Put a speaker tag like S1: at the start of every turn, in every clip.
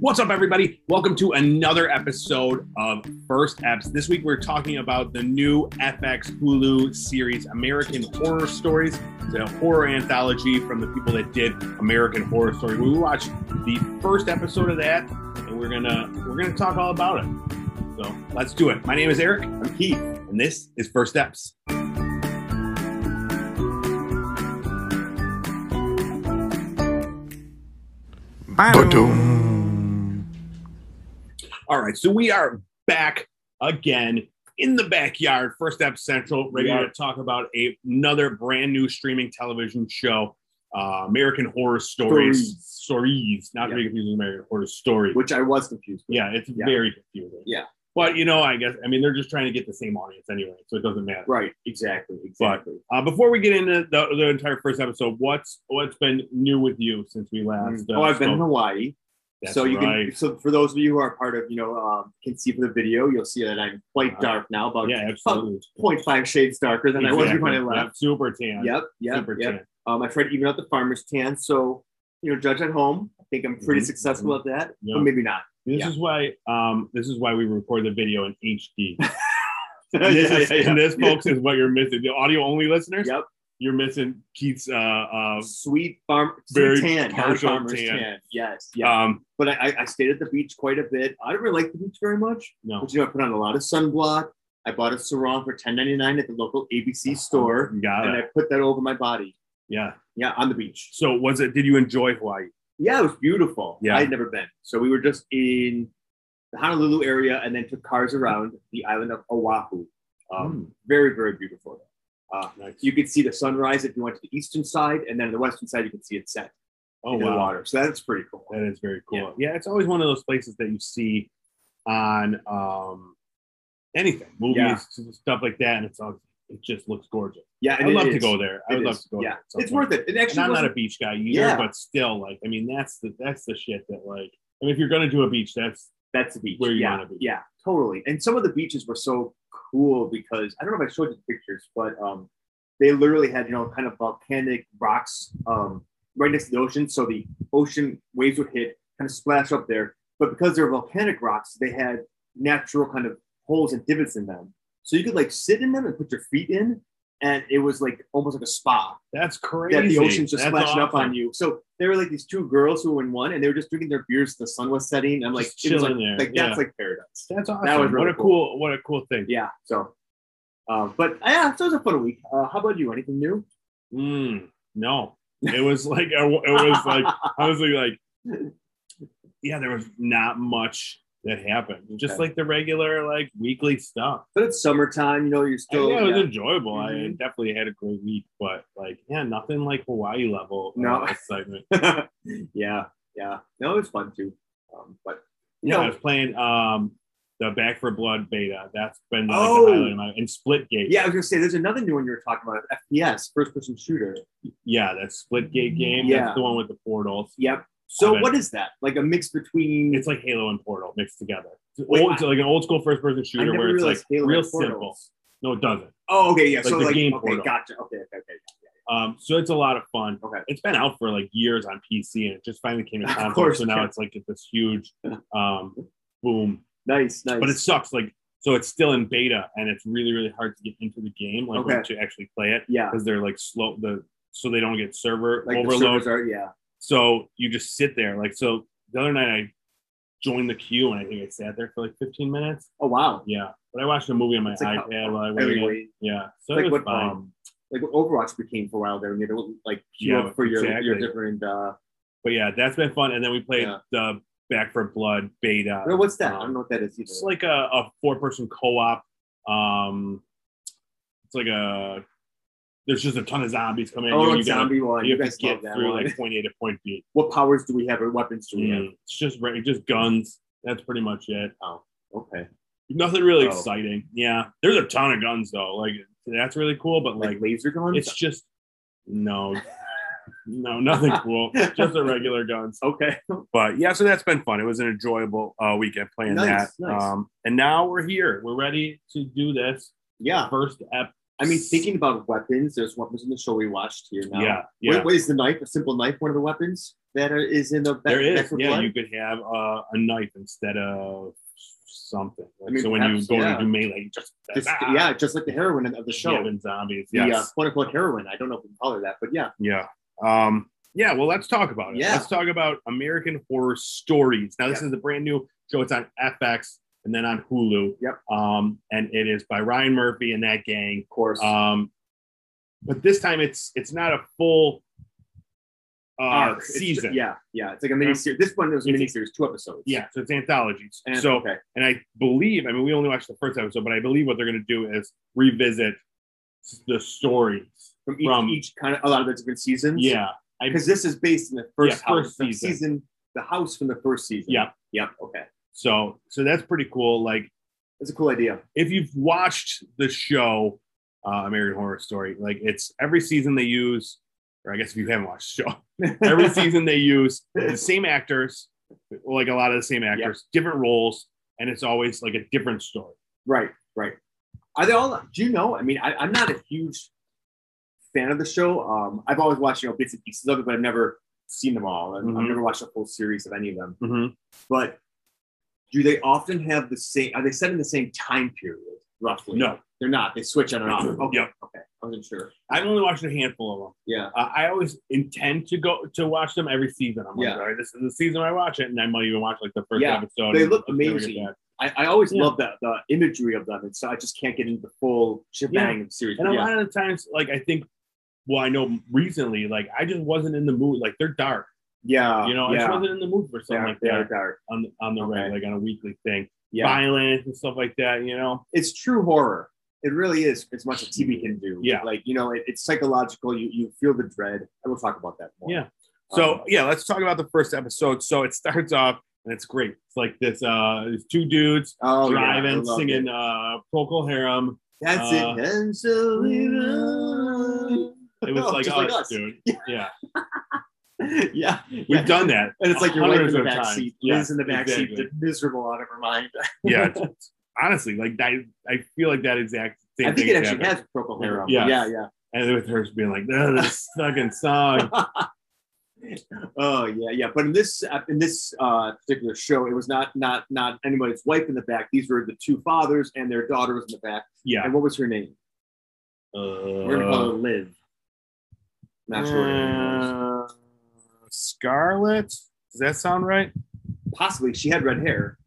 S1: What's up, everybody? Welcome to another episode of First Eps. This week, we're talking about the new FX Hulu series, American Horror Stories. It's a horror anthology from the people that did American Horror Story. We watched the first episode of that, and we're gonna we're gonna talk all about it. So let's do it. My name is Eric. I'm Keith, and this is First Steps.
S2: Ba-doom.
S1: All right, so we are back again in the backyard, First Step Central, ready
S2: Yeah.
S1: to talk about a, another brand new streaming television show, uh, American Horror Stories. Stories, not to be confused with American Horror Story.
S2: Which I was confused with.
S1: yeah, it's
S2: Yeah.
S1: very confusing.
S2: Yeah.
S1: but you know, I guess I mean they're just trying to get the same audience anyway, so it doesn't matter.
S2: Right. Exactly. Exactly.
S1: Uh, before we get into the, the entire first episode, what's what's been new with you since we last? uh,
S2: oh, I've been in Hawaii.
S1: That's
S2: so you
S1: right.
S2: can. So for those of you who are part of, you know, um, can see from the video, you'll see that I'm quite
S1: Uh-huh.
S2: dark now, about
S1: yeah, absolutely.
S2: 0.5 shades darker than I was when I
S1: Exactly.
S2: left.
S1: Yep, super tan.
S2: Yep. Yep.
S1: super
S2: yep.
S1: tan.
S2: Um, I tried to even out the farmer's tan. So you know, judge at home. I think I'm pretty
S1: Mhm.
S2: successful at that,
S1: Yeah.
S2: but maybe not.
S1: This
S2: Yeah.
S1: is why um, this is why we record the video in HD. And this, is, and this, folks, is what you're missing. The audio only listeners,
S2: Yep.
S1: you're missing Keith's. Uh, uh,
S2: Sweet farm,
S1: Very
S2: sweet tan, not
S1: partial
S2: farmer's
S1: tan.
S2: tan. Yes, yeah.
S1: um,
S2: but I, I- I stayed at the beach quite a bit. I didn't really like the beach very much.
S1: no.
S2: But you know, I put on a lot of sunblock. I bought a sarong for ten ninety nine at the local ABC store,
S1: You Got
S2: and
S1: it.
S2: I put that over my body.
S1: Yeah.
S2: Yeah, on the beach.
S1: So was it? Did you enjoy Hawaii?
S2: Yeah, it was beautiful.
S1: Yeah.
S2: I had never been. So we were just in the Honolulu area, and then took cars around the island of Oahu.
S1: Hmm.
S2: Um, Very, very beautiful. Uh,
S1: nice.
S2: you could see the sunrise if you went to the eastern side, and then on the western side you could see it set
S1: oh
S2: in the
S1: wow,
S2: water. So that's pretty cool.
S1: that is very cool. Yeah. it's always one of those places that you see on um, anything, movies, stuff like that, and it's all it just looks gorgeous.
S2: Yeah,
S1: I'd love to go there. I would love to go.
S2: Yeah,
S1: there at some
S2: it's
S1: point.
S2: worth it. It
S1: And
S2: actually
S1: I'm not
S2: wasn't-
S1: a beach guy either,
S2: Yeah.
S1: but still, like, I mean, that's the that's the shit that like, I mean, if you're gonna do a beach, that's
S2: That's the beach.
S1: Where you
S2: yeah,
S1: wanna be.
S2: Yeah, totally. And some of the beaches were so cool because I don't know if I showed you the pictures, but um, they literally had you know kind of volcanic rocks um, right next to the ocean, so the ocean waves would hit, kind of splash up there. But because they're volcanic rocks, they had natural kind of holes and divots in them, so you could like sit in them and put your feet in, and it was like almost like a spa
S1: that's crazy.
S2: that the ocean's just
S1: That's
S2: splashing up
S1: awesome.
S2: on you. So there were like these two girls who were in one, and they were just drinking their beers. The sun was setting. I'm like,
S1: Just
S2: it was like,
S1: chilling there,
S2: like
S1: yeah.
S2: that's like paradise.
S1: That's awesome.
S2: was
S1: what
S2: really
S1: a cool, what a cool thing.
S2: Yeah. So, um, but uh, yeah, so it was a fun week. Uh, how about you? Anything new?
S1: Mm, no, it was like I- it was like honestly like, yeah, there was not much that happened. Just
S2: Okay.
S1: like the regular like weekly stuff.
S2: but it's summertime. You know, you're
S1: And,
S2: still.
S1: yeah, it was
S2: yeah.
S1: enjoyable. I
S2: Mhm.
S1: definitely had a great week, but like, yeah, nothing like Hawaii level. of
S2: No.
S1: excitement.
S2: yeah. Yeah. No, it was fun too. Um, but you
S1: Yeah, I
S2: know,
S1: was playing um the Back for Blood beta. That's been like
S2: Oh.
S1: the highlight of my and Splitgate.
S2: yeah, I was gonna say there's another new one you were talking about, FPS, first person shooter.
S1: yeah, that Splitgate game.
S2: Yeah.
S1: That's the one with the portals.
S2: Yep. So
S1: Okay.
S2: what is that? Like a mix between
S1: It's like Halo and Portal mixed together. It's,
S2: Wait,
S1: old, it's like an old school first person
S2: I
S1: shooter
S2: never
S1: where it's like
S2: realized Halo
S1: real
S2: and Portal.
S1: simple. No, it doesn't.
S2: Oh, okay, yeah.
S1: Like
S2: so
S1: the
S2: like,
S1: game
S2: okay,
S1: portal.
S2: gotcha. Okay, okay, okay.
S1: Um, so it's a lot of fun.
S2: Okay.
S1: It's been out for like years on PC and it just finally came to
S2: Of
S1: console.
S2: course,
S1: so now
S2: yeah.
S1: it's like this huge um boom.
S2: Nice, nice.
S1: But it sucks. Like so it's still in beta and it's really, really hard to get into the game, like
S2: Okay.
S1: to actually play it.
S2: yeah,
S1: because they're like slow the so they don't get server
S2: like the
S1: overload.
S2: servers are yeah.
S1: so you just sit there. Like so the other night I joined the queue and I think I sat there for like 15 minutes.
S2: Oh wow.
S1: Yeah. But I watched a movie on my
S2: It's like-
S1: iPad while I waited.
S2: Anyway,
S1: Yeah. So it
S2: it's like
S1: was
S2: what
S1: fine.
S2: um like what Overwatch became for a while there when you had to like queue
S1: Yeah,
S2: up for your your
S1: exactly.
S2: different uh
S1: but yeah, that's been fun. And then we played
S2: Yeah.
S1: the Back for Blood beta.
S2: no, what's that? I
S1: Um,
S2: don't know what that is either.
S1: It's like a, a four person co op. Um it's like a there's just a ton of zombies coming
S2: oh,
S1: in.
S2: like zombie one.
S1: you
S2: You,
S1: have
S2: guys
S1: to get
S2: love that
S1: through
S2: one.
S1: like point A to point B.
S2: what powers do we have or weapons do we have?
S1: Mm. It's just re- just guns. That's pretty much it.
S2: Okay.
S1: Nothing really
S2: Oh.
S1: exciting. Yeah, there's a ton of guns though. Like that's really cool, but
S2: Like,
S1: like
S2: laser guns?
S1: it's just no, no, nothing cool. just the regular guns.
S2: okay.
S1: But yeah, so that's been fun. It was an enjoyable uh, weekend playing
S2: Nice,
S1: that.
S2: nice.
S1: Um, and now we're here. We're ready to do this
S2: Yeah.
S1: first ep.
S2: I mean thinking about weapons, there's weapons in the show we watched here now.
S1: Yeah,
S2: What-
S1: yeah.
S2: what is the knife? A simple knife, one of the weapons? that are, is in the back,
S1: There is,
S2: back of
S1: yeah.
S2: blood?
S1: You could have uh, a knife instead of something. Like,
S2: I mean,
S1: so when
S2: perhaps,
S1: you go
S2: yeah.
S1: to do melee, you just,
S2: Just-
S1: ah,
S2: yeah, just like the heroin of the show.
S1: Yavin zombies.
S2: The
S1: Yes.
S2: uh, quote unquote heroin. I don't know if we can call her that, but yeah.
S1: Yeah. Um, yeah, well, let's talk about it.
S2: Yeah.
S1: Let's talk about American Horror Stories. Now, this
S2: Yeah.
S1: is a brand new show. It's on FX and then on Hulu.
S2: Yep.
S1: Um, and it is by Ryan Murphy and that gang.
S2: Of course.
S1: Um, but this time it's it's not a full uh,
S2: Arc. It's-
S1: season.
S2: yeah, yeah. It's like a mini series. This one was a
S1: It's-
S2: mini series, two episodes.
S1: Yeah, so it's anthologies.
S2: And,
S1: so,
S2: okay.
S1: and I believe, I mean, we only watched the first episode, but I believe what they're going to do is revisit the stories.
S2: from each,
S1: from-
S2: each kind of a lot of the different seasons.
S1: Yeah,
S2: because this is based in the first,
S1: Yeah, first
S2: house, the
S1: season.
S2: the house from the first season.
S1: Yeah.
S2: yeah. Okay,
S1: so so that's pretty cool. Like
S2: that's a cool idea.
S1: if you've watched the show uh, American Horror Story, like it's every season they use, or I guess if you haven't watched the show, every season they use the same actors, like a lot of the same actors, different roles, and it's always like a different story.
S2: right, right. Are they all? Do you know? I mean, I, I'm not a huge fan of the show. Um, I've always watched you know bits and pieces of it, but I've never seen them all, and I've
S1: Mhm.
S2: never watched a full series of any of them. But do they often have the same? Are they set in the same time period? Roughly,
S1: No,
S2: they're not. They switch on and off. Okay,
S1: Yep.
S2: okay. I wasn't sure.
S1: I've only watched a handful of them.
S2: Yeah,
S1: Uh, I always intend to go to watch them every season. I'm like,
S2: Yeah.
S1: all right, this is the season I watch it, and I might even watch like the first
S2: Yeah.
S1: episode.
S2: They look
S1: and-
S2: amazing. I, I always
S1: Yeah.
S2: love the, the imagery of them, and so I just can't get into the full shebang of series.
S1: And a
S2: but yeah.
S1: lot of the times, like I think, well, I know recently, like I just wasn't in the mood. Like they're dark,
S2: Yeah,
S1: you know. I just
S2: Uh, yeah,
S1: wasn't in the mood for
S2: they
S1: something
S2: are,
S1: like
S2: they are
S1: that
S2: dark.
S1: on the, on the
S2: Okay.
S1: reg, like on a weekly thing,
S2: Yeah,
S1: violence and stuff like that. You know,
S2: it's true horror. It really is as much as TV can do.
S1: Yeah.
S2: like you know, it, it's psychological. You you feel the dread, and we'll talk about that more.
S1: Yeah. so
S2: Um,
S1: yeah, let's talk about the first episode. So it starts off, and it's great. It's like this, uh, these two dudes
S2: oh, yeah, I
S1: driving,
S2: love
S1: singing,
S2: it.
S1: uh, Procol Harum.
S2: That's
S1: uh,
S2: it. And so we run.
S1: It was
S2: Oh,
S1: like
S2: just
S1: us,
S2: like us.
S1: dude. Yeah,
S2: yeah,
S1: we've done that,
S2: And it's like your wife in
S1: hundreds
S2: the
S1: of
S2: back
S1: times.
S2: seat,
S1: Yeah,
S2: Liz in the back
S1: exactly.
S2: seat, miserable out of her mind.
S1: yeah. it's- Honestly, like I, I feel like that exact same
S2: I
S1: thing
S2: think it
S1: is
S2: actually
S1: happening.
S2: has Procol Harum.
S1: Yes.
S2: Yeah, yeah.
S1: and with her just being like, "Ugh, this fucking song.
S2: Oh yeah, yeah. But in this in this uh, particular show, it was not not not anybody's wife in the back. These were the two fathers and their daughter was in the back.
S1: Yeah.
S2: And what was her name? We're gonna call her Liv. Not sure. what her name was.
S1: Uh, Scarlet? Does that sound right?
S2: Possibly she had red hair.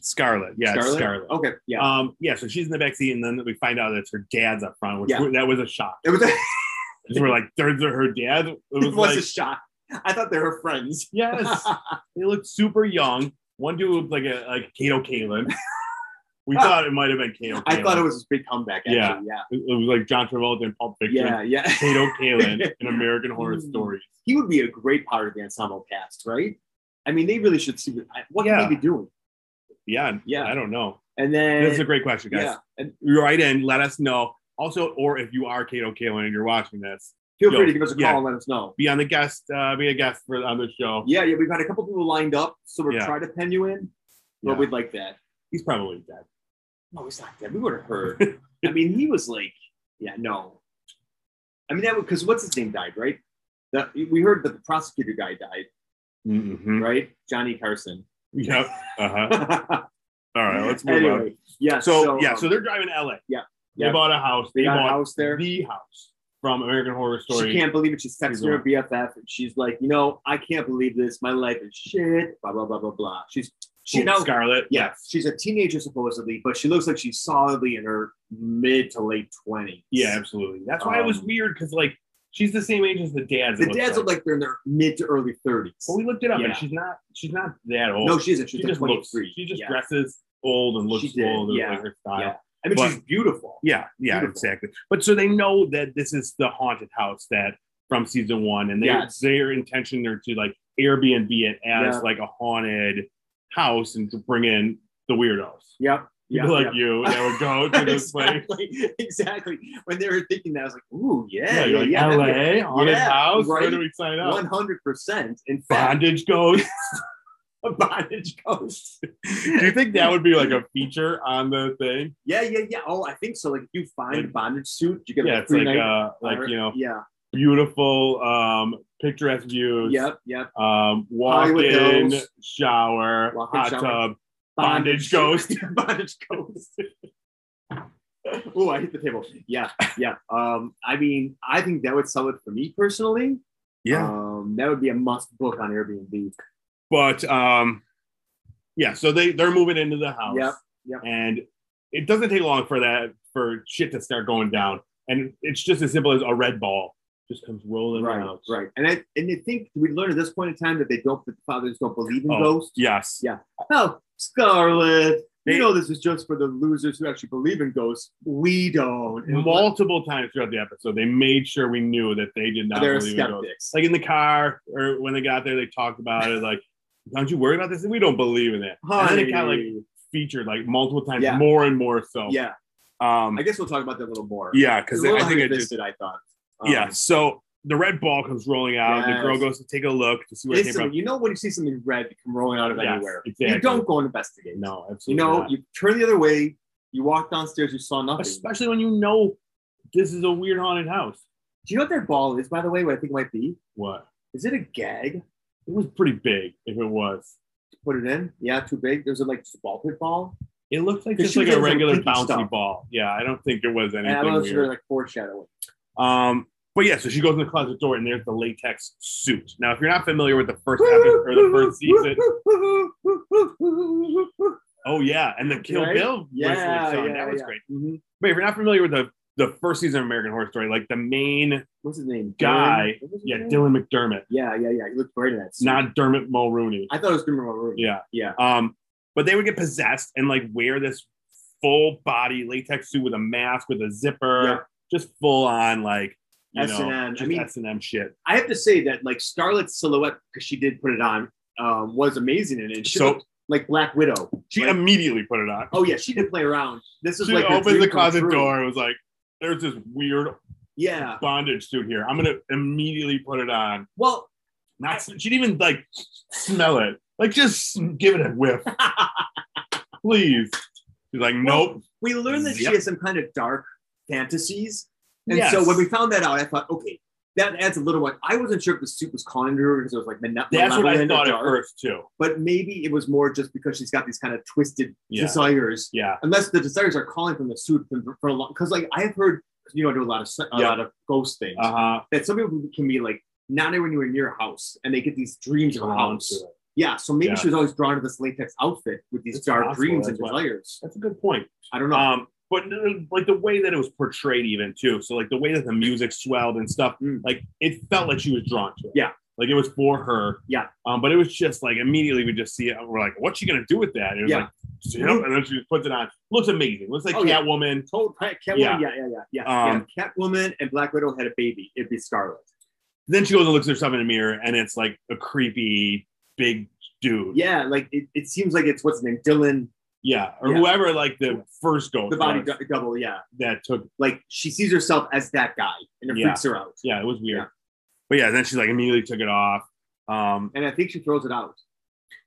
S1: Scarlet. Yeah, Scarlet.
S2: Scarlet.
S1: Scarlet.
S2: Okay. Yeah.
S1: Um, yeah, so she's in the back seat, and then we find out it's her dad's up front, which
S2: Yeah.
S1: we- that was a shock.
S2: it was. A,
S1: 'Cause we're like, "Thirds are her dad." It was,
S2: it was
S1: like,
S2: a shock. I thought they were friends.
S1: yes, they looked super young. One dude looked like a like Kato Kalin. We thought it might have been Kato.
S2: I thought it
S1: Kaelin.
S2: was his big comeback.
S1: Yeah.
S2: Actually. Yeah.
S1: it was like John Travolta in Pulp Fiction.
S2: Yeah. Yeah.
S1: Kato Kalin in American Horror
S2: Mm.
S1: Story.
S2: He would be a great part of the ensemble cast, right? I mean, they really should see what, what
S1: Yeah.
S2: can they be doing.
S1: Yeah,
S2: Yeah.
S1: I don't know.
S2: And then
S1: That's a great question, guys.
S2: yeah. And
S1: Write in, let us know. Also, or if you are Kato Kalin and you're watching this,
S2: feel
S1: Yo,
S2: free to give us a call
S1: yeah.
S2: and let us know.
S1: be on the guest, uh, be a guest for on the show.
S2: Yeah, yeah, we've got a couple people lined up, so we're
S1: Yeah.
S2: trying to pen you in, but
S1: Yeah.
S2: we'd like that.
S1: He's probably dead.
S2: No, he's not dead. We would have heard. I mean, he was like, yeah, no. I mean, that would because what's his name died, right? The, we heard that the prosecutor guy died,
S1: Mm-hmm.
S2: right? Johnny Carson.
S1: Yep. Uh huh.
S2: All
S1: All right, let's move
S2: anyway, yeah.
S1: on. So, yeah,
S2: um,
S1: so they're driving to LA.
S2: Yeah.
S1: They
S2: Yeah.
S1: bought a house.
S2: they
S1: They,
S2: got a
S1: bought
S2: house there.
S1: the house from American Horror Story.
S2: She can't believe it. She's texting her BFF, and she's like, you know, I can't believe this. My life is shit. Blah blah blah blah blah. She's she
S1: Ooh,
S2: now
S1: Scarlet.
S2: Yeah, she's a teenager supposedly, but she looks like she's solidly in her mid to late twenties.
S1: Yeah, absolutely. That's why it was
S2: Um,
S1: weird because like she's the same age as the dads. it
S2: the
S1: looks
S2: dads
S1: like.
S2: look like they're in their mid to early thirties.
S1: Well, we looked it up,
S2: Yeah.
S1: and she's not. She's not that old.
S2: No, she isn't. She's
S1: she
S2: like
S1: just
S2: twenty
S1: looks.
S2: three.
S1: She just
S2: yeah.
S1: dresses old and looks
S2: She did,
S1: old. and
S2: yeah,
S1: like her style.
S2: yeah. I mean,
S1: but-
S2: she's beautiful.
S1: Yeah, yeah,
S2: Beautiful.
S1: exactly. But so they know that this is the haunted house that from season one, and they,
S2: Yes.
S1: their intention are to like Airbnb it as
S2: Yeah.
S1: like a haunted house and to bring in the weirdos,
S2: Yep.
S1: people like you that would go to this place.
S2: exactly. Exactly. When they were thinking that, I was like, "Ooh, yeah,
S1: Yeah,
S2: yeah,
S1: you're like
S2: yeah."
S1: LA haunted
S2: Yeah,
S1: house. Where
S2: right.
S1: do we sign up?
S2: One hundred percent. In fact,
S1: Bondage ghost.
S2: a bondage ghost.
S1: do you think that would be like a feature on the thing?
S2: Yeah, yeah, yeah. Oh, I think so. Like, if you find a
S1: Like-
S2: bondage suit, you get a
S1: Yeah, it's uh,
S2: free
S1: like
S2: night.
S1: uh, like you know
S2: yeah,
S1: beautiful um picturesque views.
S2: Yep, yep.
S1: Um, walk
S2: Hollywood
S1: in,
S2: Hills.
S1: shower,
S2: Walk in,
S1: hot
S2: shower.
S1: tub, Bondage Ghost.
S2: Bondage Ghost. oh, I hit the table. Yeah, yeah. Um, I mean, I think that would sell it for me personally. Um, that would be a must book on Airbnb.
S1: but um, yeah. So they they're moving into the house.
S2: Yep, yep.
S1: And it doesn't take long for that for shit to start going down, and it's just as simple as a red ball just comes rolling
S2: Right,
S1: out.
S2: right. And I and I think we learn at this point in time that they don't that the fathers don't believe in
S1: Oh.
S2: ghosts.
S1: Yes.
S2: Yeah. Oh, Scarlet.
S1: They-
S2: you know this is just for the losers who actually believe in ghosts. We don't. And
S1: Multiple times throughout the episode, they made sure we knew that they did not
S2: they're
S1: believe in ghosts.
S2: skeptics.
S1: Like in the car or when they got there, they talked about it. Like, don't you worry about this? We don't believe in that. And then it kind of like
S2: Honey.
S1: featured like multiple times,
S2: Yeah.
S1: more and more so.
S2: Oh. yeah,
S1: Um,
S2: I guess we'll talk about that a little more.
S1: yeah,
S2: It's a
S1: because
S2: little
S1: I think it just
S2: high-fisted, I thought. Um,
S1: yeah. So the red ball comes rolling out. The girl
S2: Yes.
S1: goes to take a look to see where it came
S2: Instantly,
S1: from.
S2: you know when you see something red come rolling out of
S1: Yes,
S2: anywhere,
S1: exactly.
S2: you don't go and investigate.
S1: No,
S2: You
S1: absolutely.
S2: know,
S1: not.
S2: you turn the other way. You walk downstairs. You saw nothing.
S1: especially when you know this is a weird haunted house.
S2: Do you know what their ball is, by the way? What I think it might be?
S1: What?
S2: Is it a gag?
S1: It was pretty big. If it was,
S2: To put it in? Yeah, too big. There's a like just a ball pit ball.
S1: it looked like
S2: Cause
S1: just
S2: she
S1: like
S2: was
S1: a
S2: in some
S1: regular
S2: kinky
S1: bouncy
S2: stuff.
S1: ball. Yeah, I don't think there was
S2: And I
S1: anything
S2: don't know if it's really
S1: weird.
S2: like foreshadowing.
S1: Um, but yeah, so she goes in the closet door and there's the latex suit. Now, if you're not familiar with the first episode or the first season, oh yeah, and the Kill
S2: Right?
S1: Bill
S2: Yeah,
S1: bracelets on,
S2: yeah,
S1: that was
S2: yeah.
S1: great.
S2: Mhm.
S1: But if you're not familiar with the the first season of American Horror Story, like the main
S2: What's his name?
S1: guy.
S2: Dylan? What was his
S1: Yeah,
S2: name?
S1: Dylan McDermott,
S2: Yeah, yeah, yeah. He looked great in that. suit.
S1: not Dermot Mulrooney.
S2: I thought it was Grimmer Room.
S1: Yeah.
S2: Yeah.
S1: Um, but they would get possessed and like wear this full body latex suit with a mask with a zipper,
S2: Yeah.
S1: just full on like you know,
S2: S&M.
S1: just
S2: I mean-
S1: S and M shit.
S2: I have to say that like Starlet's silhouette, because she did put it on, um, was amazing in it. And She
S1: So-
S2: looked like Black Widow.
S1: She
S2: Like,
S1: immediately put it on.
S2: oh yeah, she did play around. This is
S1: She
S2: like her
S1: opens
S2: dream
S1: the
S2: come
S1: closet
S2: true.
S1: door and was like, "There's this weird
S2: Yeah.
S1: bondage suit here. I'm gonna immediately put it on."
S2: Well,
S1: Not she didn't even like smell it. Like just give it a whiff, please. She's like,
S2: Well,
S1: "Nope."
S2: we learned that she
S1: Yep.
S2: has some kind of dark fantasies. And
S1: Yes.
S2: so when we found that out, I thought, okay, that adds a little one. I wasn't sure if the suit was calling to her because it was like the
S1: that's what I
S2: malevolent or
S1: thought at
S2: dark,
S1: first too.
S2: But maybe it was more just because she's got these kind of twisted
S1: Yeah.
S2: desires.
S1: Yeah,
S2: Unless the desires are calling from the suit for, for a long, because like I have heard, you know, I do a lot of se- a
S1: Yeah.
S2: lot of ghost things
S1: uh huh.
S2: that some people can be like not anywhere near a house and they get these dreams of
S1: Uh-huh.
S2: a house. Yeah, so maybe
S1: Oh, Yeah.
S2: she was always drawn to this latex outfit with these
S1: It's
S2: dark
S1: possible,
S2: dreams and
S1: that's why-
S2: desires.
S1: That's a good point.
S2: I don't know.
S1: Um, but uh, like the way that it was portrayed, even too. So like the way that the music swelled and stuff,
S2: Mm.
S1: like it felt like she was drawn to it.
S2: Yeah.
S1: like it was for her.
S2: Yeah.
S1: Um, but it was just like immediately we just see it. and We're like, what's she gonna do with that? And it was
S2: Yeah.
S1: like, yep, and then she just puts it on. Looks amazing. Looks like
S2: Oh, yeah.
S1: Catwoman.
S2: Told Cat- Catwoman,
S1: Yeah.
S2: yeah, yeah, yeah, yeah.
S1: Um,
S2: yeah. Catwoman and Black Widow had a baby. It'd be Scarlet.
S1: Then she goes and looks at herself in the mirror, and it's like a creepy big dude.
S2: Yeah, like it, it seems like it's what's his name, Dylan,
S1: Yeah, or
S2: Yeah.
S1: whoever like the first ghost
S2: the body
S1: was
S2: du- double. Yeah,
S1: that took
S2: like she sees herself as that guy, and it
S1: Yeah.
S2: freaks her out.
S1: Yeah, it was weird.
S2: Yeah.
S1: But yeah, then she like immediately took it off. Um,
S2: And I think she throws it out.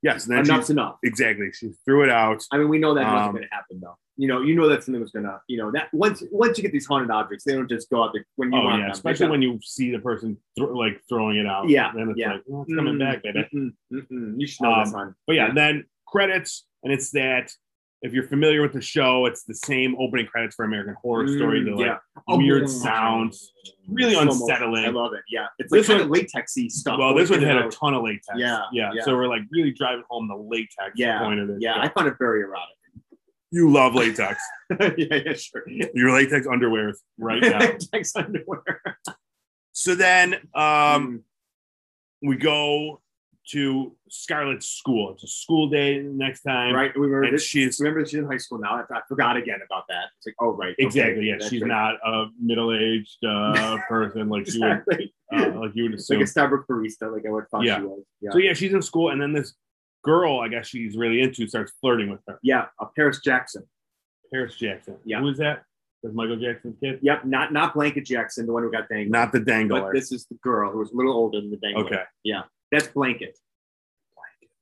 S1: yes, and then she,
S2: Enough's enough.
S1: exactly she threw it out.
S2: I mean, we know that
S1: Um,
S2: wasn't going to happen, though. You know, you know that something was going to, you know, that once once you get these haunted objects, they don't just go out there when you
S1: Oh
S2: want
S1: yeah,
S2: them.
S1: especially when you see the person thro- like throwing it out.
S2: Yeah,
S1: then it's
S2: yeah.
S1: like "Oh, it's coming back, baby.
S2: Mm-mm, mm-mm. You should know
S1: Um,
S2: this one.
S1: But yeah,
S2: Yeah.
S1: then credits, and it's that. If you're familiar with the show, it's the same opening credits for American Horror
S2: Mm,
S1: Story. The like weird sounds, really
S2: Oh, So much.
S1: unsettling.
S2: I love it. Yeah, it's like
S1: This
S2: kind of latexy stuff.
S1: well, this one
S2: Like,
S1: had
S2: you
S1: a
S2: know,
S1: ton of latex.
S2: Yeah,
S1: yeah,
S2: yeah.
S1: So we're like really driving home the latex
S2: Yeah,
S1: point of it.
S2: yeah, I found it very erotic.
S1: you love latex.
S2: yeah, yeah, sure.
S1: Your latex underwear is right now.
S2: Latex underwear.
S1: so then, um, we go to Scarlett's school. It's a school day next time.
S2: right. We remember
S1: And
S2: this.
S1: she's
S2: Remember she's in high school now. I, I forgot again about that. It's like, oh right, okay,
S1: exactly, yeah.
S2: that's
S1: She's
S2: right.
S1: not a middle aged uh, person like you would
S2: exactly.
S1: uh, like you would
S2: like
S1: assume.
S2: a Starbucks barista, like I would thought
S1: Yeah.
S2: she was. Yeah.
S1: so yeah, she's in school and then this girl I guess she's really into starts flirting with her.
S2: yeah, a Paris Jackson.
S1: Paris Jackson.
S2: Yeah.
S1: Who is that? That's Michael Jackson's kid?
S2: Yep, not not Blanket Jackson, the one who got dangled.
S1: Not the
S2: but
S1: dangler.
S2: this is the girl who was a little older than the dangler.
S1: okay.
S2: That's Blanket.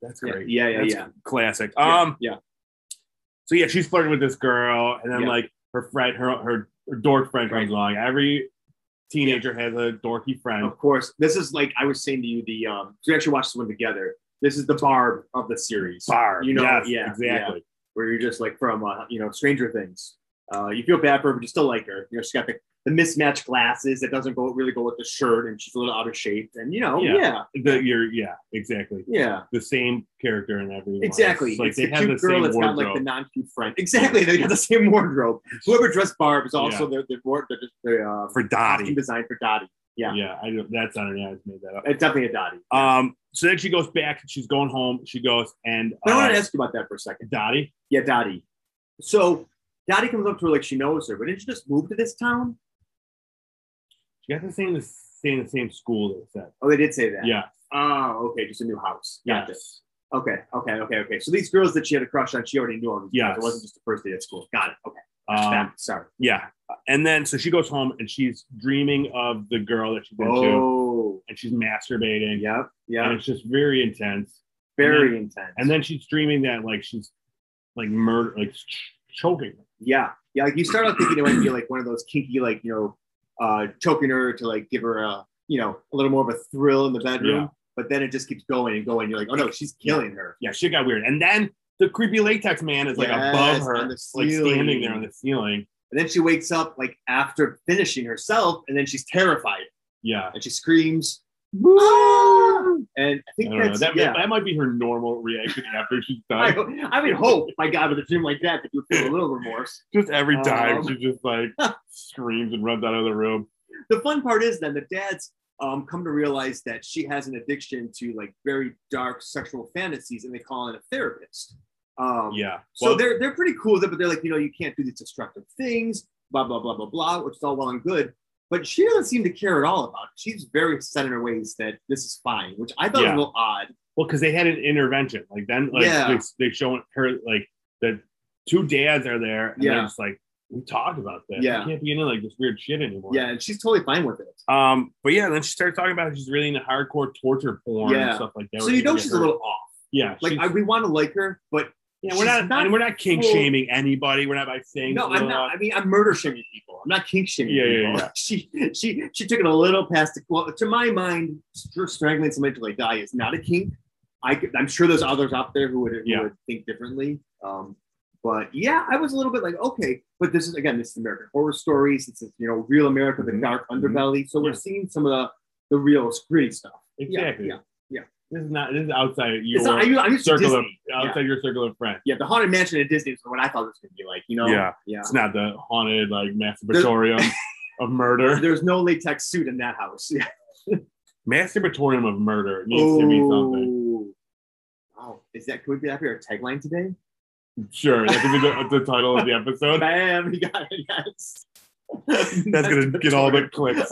S1: That's
S2: Yeah,
S1: great.
S2: yeah, yeah,
S1: That's
S2: yeah.
S1: Classic.
S2: Yeah,
S1: Um
S2: yeah.
S1: so yeah, she's flirting with this girl, and then
S2: Yeah.
S1: like her friend, her her, her dork friend comes
S2: Right.
S1: along. Every teenager has a dorky friend.
S2: Of course, this is like I was saying to you. The um, 'cause we actually watched this one together. This is the barb of the series,
S1: Bar.
S2: You know,
S1: Yes,
S2: yeah,
S1: exactly.
S2: where you're just like from uh, you know Stranger Things. Uh, you feel bad for her, but you still like her. You know, she's got the, the mismatched glasses that doesn't go really go with the shirt, and she's a little out of shape. And you know,
S1: Yeah.
S2: yeah,
S1: The, you're yeah, exactly.
S2: yeah,
S1: The same character in every one.
S2: exactly.
S1: It's like
S2: it's
S1: they
S2: the
S1: have
S2: cute
S1: the
S2: girl
S1: same
S2: that's got
S1: wardrobe.
S2: like the non-cute friend. Exactly, they got the same wardrobe. Whoever dressed Barb is also their their board. They're just their uh,
S1: for
S2: costume
S1: Dottie.
S2: design for Dottie.
S1: Yeah.
S2: Yeah.
S1: I don't, that's not an ad. I just made that up.
S2: It's definitely a Dottie.
S1: Um, so then she goes back. She's going home. She goes and
S2: But I want
S1: uh,
S2: to ask you about that for a second.
S1: Dottie.
S2: Yeah, Dottie. So Dottie comes up to her like she knows her, but didn't she just move to this town?
S1: She got to stay in the stay in the same school that it said.
S2: Oh, they did say that.
S1: Yeah.
S2: Oh, okay, just a new house. Gotcha.
S1: Yes.
S2: Okay, okay, okay, okay. So these girls that she had a crush on, she already knew them.
S1: Yes.
S2: It wasn't just the first day at school. Got it. Okay.
S1: Um,
S2: Fact. Sorry.
S1: yeah. And then so she goes home and she's dreaming of the girl that she's into,
S2: Oh.
S1: and she's masturbating.
S2: Yep.
S1: And
S2: Yep.
S1: it's just very intense.
S2: Very
S1: and
S2: intense.
S1: And then she's dreaming that like she's like murder, like ch- choking. her.
S2: yeah. Yeah. Like you start out thinking it might be like one of those kinky, like, you know, uh choking her to like give her a you know, a little more of a thrill in the bedroom.
S1: Yeah.
S2: But then it just keeps going and going. You're like, oh no, she's killing her.
S1: Yeah, shit got weird. And then the creepy latex man is like
S2: Yes,
S1: above her,
S2: on the
S1: like standing
S2: ceiling.
S1: there on the ceiling.
S2: And then she wakes up like after finishing herself, and then she's terrified
S1: Yeah.
S2: and she screams. "Ah!" And I
S1: I
S2: think
S1: don't know.
S2: that's
S1: That,
S2: yeah.
S1: that might be her normal reaction after she's
S2: I,
S1: done.
S2: I would hope, my God, with a dream like that, that you feel a little remorse.
S1: Just every time
S2: Um,
S1: she just like screams and runs out of the room.
S2: The fun part is then the dad's um, come to realize that she has an addiction to like very dark sexual fantasies, and they call in a therapist. Um,
S1: Yeah.
S2: So they're they're pretty cool with it, but they're like, you know, you can't do these destructive things, blah blah blah blah blah, which is all well and good. But she doesn't seem to care at all about it. She's very set in her ways that this is fine, which I thought was
S1: Yeah.
S2: a little odd.
S1: well, because they had an intervention. Like then, like
S2: Yeah.
S1: they, they show her like the two dads are there, and they're
S2: Yeah.
S1: just like, we talked about this.
S2: Yeah.
S1: we can't be into like this weird shit anymore.
S2: Yeah, and she's totally fine with it.
S1: Um, but yeah, then she started talking about she's really into hardcore torture porn and
S2: Yeah.
S1: stuff like that.
S2: So
S1: where
S2: you
S1: they
S2: know
S1: get
S2: she's
S1: her-
S2: a little off.
S1: yeah.
S2: Like
S1: she's-
S2: I, we want to like her, but
S1: yeah, we're
S2: she's
S1: not,
S2: not
S1: and we're not kink
S2: full-
S1: shaming anybody. We're not by saying
S2: no,
S1: she's a
S2: I'm
S1: little
S2: not. I mean, I'm murder shaming people. I'm not kink shaming
S1: Yeah, yeah,
S2: people.
S1: yeah.
S2: she she she took it a little past the well. To my mind, str- strangling somebody till they die is not a kink. I could, I'm sure there's others out there who would, who
S1: Yeah.
S2: would think differently. Um, but yeah, I was a little bit like, okay, but this is again, this is American horror stories. It's you know real America, the
S1: Mhm.
S2: dark
S1: Mhm.
S2: underbelly. So
S1: Yeah.
S2: we're seeing some of the the real gritty stuff. Yeah,
S1: exactly.
S2: Yeah,
S1: This is not. This is outside your
S2: It's not, I, I'm used to
S1: circle of
S2: Disney.
S1: outside your circle of friends.
S2: Yeah, the haunted mansion at Disney is what I thought it was going to be like. You know.
S1: Yeah.
S2: Yeah.
S1: It's not the haunted like masturbatorium of murder.
S2: There's no latex suit in that house.
S1: Masturbatorium of murder needs to be something.
S2: Oh. Wow. Is that, could we that be our tagline today?
S1: Sure, that could be the, the title of the episode.
S2: Bam, you got it, yes.
S1: That's gonna get all the clicks.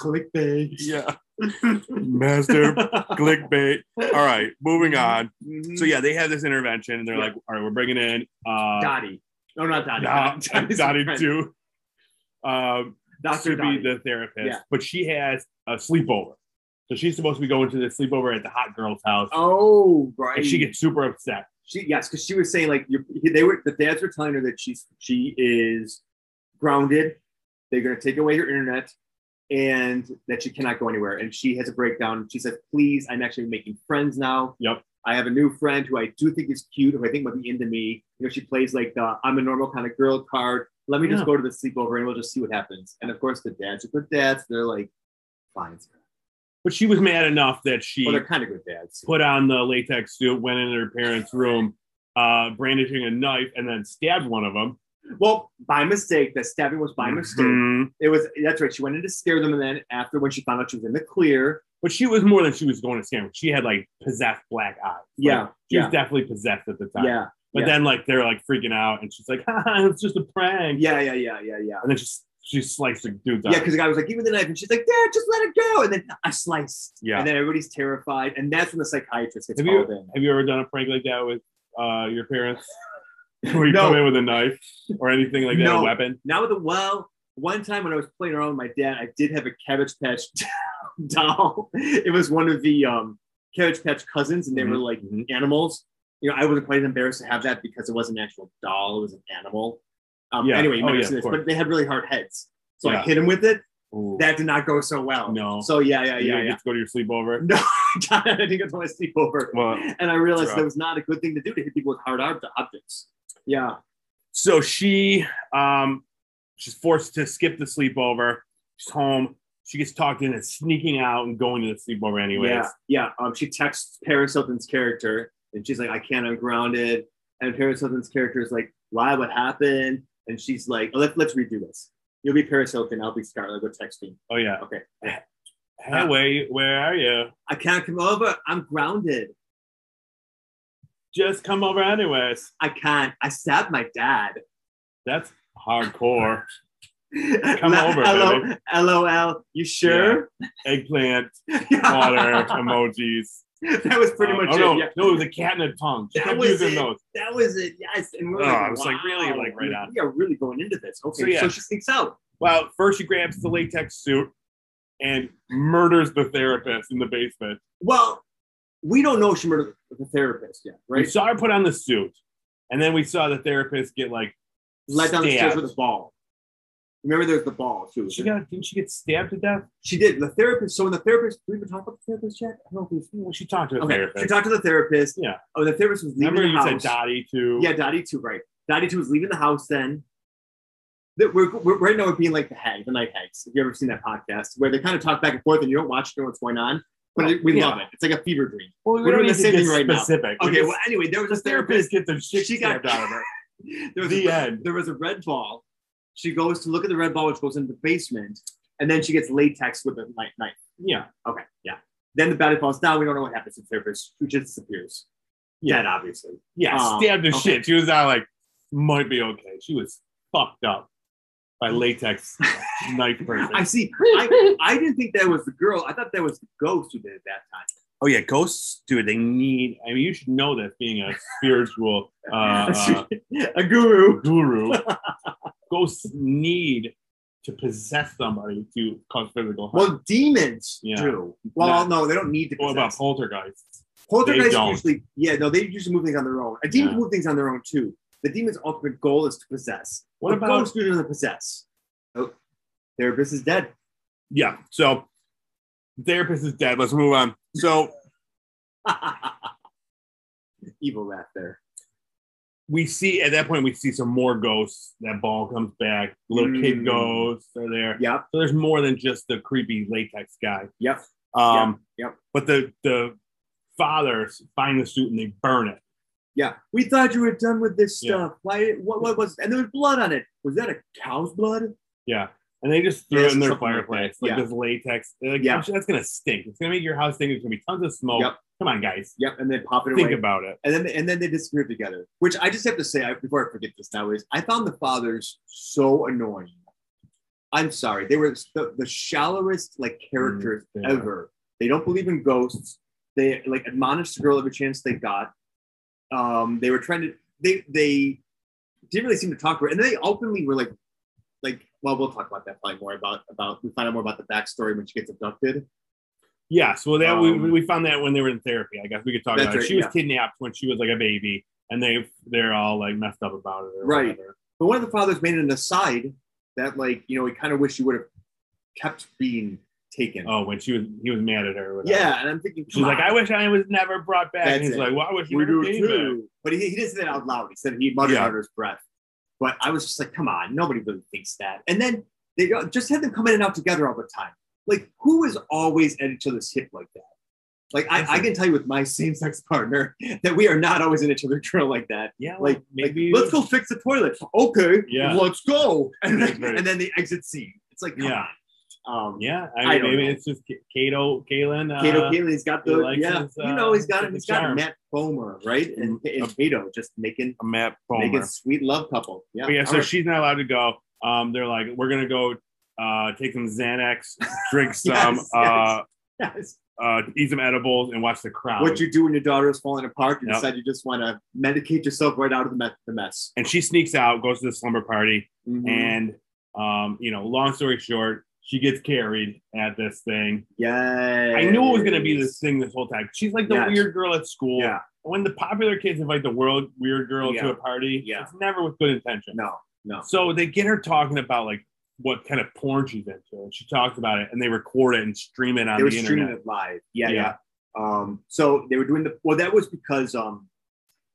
S2: Clickbait.
S1: Yeah, master clickbait. All right, moving on.
S2: Mm-hmm.
S1: So yeah, they have this intervention, and they're
S2: Yeah.
S1: like, "All right, we're bringing in uh,
S2: Dottie. No, not Dottie.
S1: Dot-
S2: Dottie's
S1: Dottie
S2: friend.
S1: too, um,
S2: Dr.
S1: to be
S2: Dottie.
S1: the therapist."
S2: Yeah.
S1: But she has a sleepover, so she's supposed to be going to the sleepover at the hot girl's house,
S2: oh, right.
S1: and she gets super upset.
S2: She yes, because she was saying like you they were the dads were telling her that she's she is grounded. They're going to take away her internet, and that she cannot go anywhere. And she has a breakdown. She says, "Please, I'm actually making friends now.
S1: Yep.
S2: I have a new friend who I do think is cute, who I think might be into me. You know, she plays like the I'm a normal kind of girl card. Let me
S1: Yeah.
S2: just go to the sleepover, and we'll just see what happens. And of course, the dads are good dads. They're like, fine,
S1: But she was mad enough that she
S2: well, they're kind of good dads.
S1: put on the latex suit, went into her parents' room, uh, brandishing a knife, and then stabbed one of them.
S2: Well, by mistake, the stabbing was by mistake.
S1: Mhm.
S2: It was that's right. She went in to scare them, and then after when she found out she was in the clear,
S1: But she was more than she was going to scare. She had like possessed black eyes. Like,
S2: yeah,
S1: she
S2: yeah,
S1: was definitely possessed at the time.
S2: yeah,
S1: But
S2: yeah.
S1: then like they're like freaking out, and she's like, "Haha, "It's just a prank."
S2: yeah, yeah, yeah, yeah, yeah,
S1: And then she she sliced the dude's
S2: yeah.
S1: eye.
S2: Because the guy was like, "Give me the knife," and she's like, "Dad, just let it go." And then I sliced.
S1: Yeah.
S2: And then everybody's terrified, and that's when the psychiatrist gets
S1: Have you-
S2: called in.
S1: Have you ever done a prank like that with uh, your parents? Where you
S2: No.
S1: come in with a knife or anything like that, a
S2: No.
S1: weapon?
S2: Now with the well, one time when I was playing around with my dad, I did have a Cabbage Patch doll. It was one of the um, Cabbage Patch cousins, and they were
S1: Mhm,
S2: like
S1: mhm.
S2: animals. You know, I wasn't quite embarrassed to have that because it wasn't an actual doll; it was an animal. Um,
S1: Yeah.
S2: Anyway, you
S1: Oh,
S2: might have
S1: yeah, of
S2: seen this,
S1: course.
S2: but they had really hard heads, so
S1: Yeah.
S2: I hit him with it,
S1: Ooh.
S2: That did not go so well.
S1: No.
S2: So yeah,
S1: Mm-hmm.
S2: yeah,
S1: You
S2: yeah,
S1: didn't
S2: yeah.
S1: get to go to your sleepover.
S2: I didn't get to my sleepover,
S1: Well,
S2: and I realized
S1: rough.
S2: that was not a good thing to do to hit people with hard ob- objects. Yeah.
S1: so she um she's forced to skip the sleepover. She's home. She gets talked into sneaking out and going to the sleepover anyways.
S2: Yeah, yeah. Um, she texts Paris Hilton's character, and she's like, "I can't. I'm grounded." And Paris Hilton's character is like, "Why? What happened?" And she's like, "Let's let's redo this. You'll be Paris Hilton. I'll be Scarlett. We're texting.
S1: Oh yeah.
S2: Okay.
S1: Hey, wait, where are you?
S2: I can't come over. I'm grounded.
S1: Just come over anyways.
S2: I can't. I stabbed my dad.
S1: That's hardcore.
S2: Come
S1: over,
S2: LOL. You sure?
S1: Eggplant, water, emojis.
S2: that was pretty
S1: Uh,
S2: much
S1: oh,
S2: it.
S1: no,
S2: yeah.
S1: no, it was a cat in a tongue. She
S2: That
S1: kept
S2: was
S1: using
S2: it.
S1: those.
S2: That was it. Yes. And we're
S1: Oh,
S2: like,
S1: I was like, really, like, right
S2: we-
S1: on.
S2: We are really going into this. Okay.
S1: So, yeah.
S2: so she sneaks out.
S1: Well, first she grabs the latex suit and murders the therapist in the basement.
S2: Well, we don't know she murdered the therapist yet,
S1: We
S2: right?
S1: saw her put on the suit, and then we saw the therapist get like
S2: Let down the stairs
S1: stabbed.
S2: with a ball. Remember, there's the ball too.
S1: She got didn't she get stabbed to death?
S2: She did. The therapist. So when the therapist, we even talk about the therapist yet? I don't know if we.
S1: Well, she talked to the
S2: Okay.
S1: therapist.
S2: She talked to the therapist.
S1: Yeah.
S2: Oh, the therapist was leaving
S1: Remember
S2: the
S1: you
S2: house.
S1: said Dottie too.
S2: Yeah, Dottie too. Right. Dottie too was leaving the house then. That we're, we're right now we're being like the hag, the night hags. If you ever seen that podcast where they kind of talk back and forth and you don't watch, you know what's going on, but it- we
S1: Yeah.
S2: love it. It's like a fever dream.
S1: Well, we
S2: We're
S1: don't
S2: doing
S1: need
S2: the
S1: to
S2: same
S1: get
S2: thing right now.
S1: specific.
S2: Okay.
S1: Just-
S2: Well, anyway, there was
S1: the
S2: a
S1: therapist
S2: therapist
S1: get the shit
S2: she got-
S1: stabbed out of her.
S2: there was
S1: The
S2: a,
S1: end.
S2: There was a red ball. She goes to look at the red ball, which goes into the basement, and then she gets latex with a knife. knife.
S1: Yeah.
S2: Okay, yeah. Then the body falls down. We don't know what happens to the therapist, who just disappears. Dead, obviously.
S1: Yeah.
S2: Um,
S1: stabbed to
S2: okay.
S1: shit. She was not like, might be okay. She was fucked up by latex knife person.
S2: I see. I, I didn't think that was the girl. I thought that was the ghost who did it that time.
S1: Oh yeah, ghosts, dude. They need. I mean, you should know that being a spiritual uh, uh,
S2: a guru.
S1: guru, ghosts need to possess somebody to cause physical harm.
S2: Well, demons
S1: Yeah.
S2: do. Well, no, they don't need to.
S1: what about
S2: possess.
S1: poltergeists?
S2: Poltergeists
S1: They don't.
S2: usually, yeah, no, they usually move things on their own. A demon
S1: Yeah.
S2: move things on their own too. The demon's ultimate goal is to possess.
S1: What
S2: What the
S1: about-
S2: ghost doesn't possess? Oh, therapist is dead.
S1: Yeah. So, therapist is dead. Let's move on. So
S2: Evil laugh there.
S1: we see at that point we see some more ghosts. That ball comes back. Little kid
S2: Mm.
S1: ghosts are there.
S2: Yep.
S1: So there's more than just the creepy latex guy.
S2: Yep.
S1: Um,
S2: Yep.
S1: But the the fathers find the suit and they burn it.
S2: Yeah. We thought you were done with this
S1: Yeah.
S2: stuff. Why? What, what was? And there was blood on it. Was that a cow's blood?
S1: Yeah. And they just threw
S2: Yeah,
S1: it in their
S2: something like that.
S1: fireplace, like,
S2: Yeah.
S1: this latex. They're Like,
S2: Yeah.
S1: "I'm sure that's gonna stink. It's gonna make your house stink. There's gonna be tons of smoke.
S2: Yep.
S1: Come on, guys.
S2: Yep. And they pop it
S1: Think
S2: away.
S1: about it.
S2: and then and then they disappeared together. Which I just have to say, I, before I forget this now, is I found the fathers so annoying. I'm sorry, they were the, the shallowest like characters
S1: Mm, yeah.
S2: ever. They don't believe in ghosts. They like admonished the girl every chance they got. Um, they were trying to they they didn't really seem to talk to her, and then they openly were like like well we'll talk about that probably more about about we find out more about the backstory when she gets abducted.
S1: Yeah. So that we,
S2: Um,
S1: we found that when they were in therapy. I guess we could talk
S2: That's
S1: about it.
S2: right,
S1: She was
S2: yeah.
S1: kidnapped when she was like a baby, and they they're all like messed up about it. Or
S2: Right.
S1: Whatever.
S2: But one of the fathers made an aside that, like, you know, he kind of wish he would have kept being taken.
S1: Oh, when she was he was mad at her. or whatever.
S2: yeah, and I'm thinking,
S1: She's like, I wish I was never brought back. and
S2: That's
S1: he's
S2: it.
S1: like, Why was she
S2: we
S1: never
S2: do
S1: came back?
S2: too. But he, he didn't say that out loud. He said he muttered
S1: Yeah.
S2: under his breath. But I was just like, come on, nobody really thinks that. And then they go- just had them come in and out together all the time. Like, who is always at each other's hip like that? Like, I, I can tell you with my same sex partner that we are not always in each other's grill like that.
S1: Yeah.
S2: Like,
S1: maybe.
S2: let's go fix the toilet. Okay,
S1: Yeah.
S2: let's go. And
S1: That's
S2: then,
S1: right.
S2: and then the exit scene. It's like, come
S1: Yeah.
S2: on. Um,
S1: Yeah, I
S2: I
S1: mean,
S2: don't
S1: maybe
S2: know.
S1: it's just K- Kato, Kalen. Uh,
S2: Cato Keeley's got
S1: he
S2: the
S1: likes
S2: yeah,
S1: his,
S2: you know he's got
S1: uh,
S2: he's got
S1: charm.
S2: Matt Bomer right, and, and Cato just making
S1: Matt
S2: making
S1: Palmer.
S2: sweet love couple. Yeah,
S1: But yeah, so
S2: All right.
S1: she's not allowed to go. Um, they're like, we're gonna go uh, take some Xanax, drink some,
S2: Yes,
S1: uh,
S2: Yes.
S1: uh, eat some edibles, and watch the crowd.
S2: what you do when your daughter is falling apart, you
S1: Um, Yep.
S2: decide you just want to medicate yourself right out of the, me- the mess.
S1: and she sneaks out, goes to the slumber party,
S2: Mhm.
S1: and um, you know, long story short, she gets carried at this thing.
S2: yes,
S1: I knew it was gonna be this thing this whole time. She's like the
S2: Yes.
S1: weird girl at school.
S2: Yeah,
S1: When the popular kids invite the world weird girl
S2: Yeah.
S1: to a party,
S2: Yeah.
S1: it's never with good intention.
S2: no, no.
S1: So they get her talking about like what kind of porn she's into, and she talked about it, and they record it and stream it on
S2: they were
S1: the
S2: streaming
S1: internet.
S2: it live. Yeah, yeah.
S1: Yeah.
S2: Um, so they were doing the well. That was because um,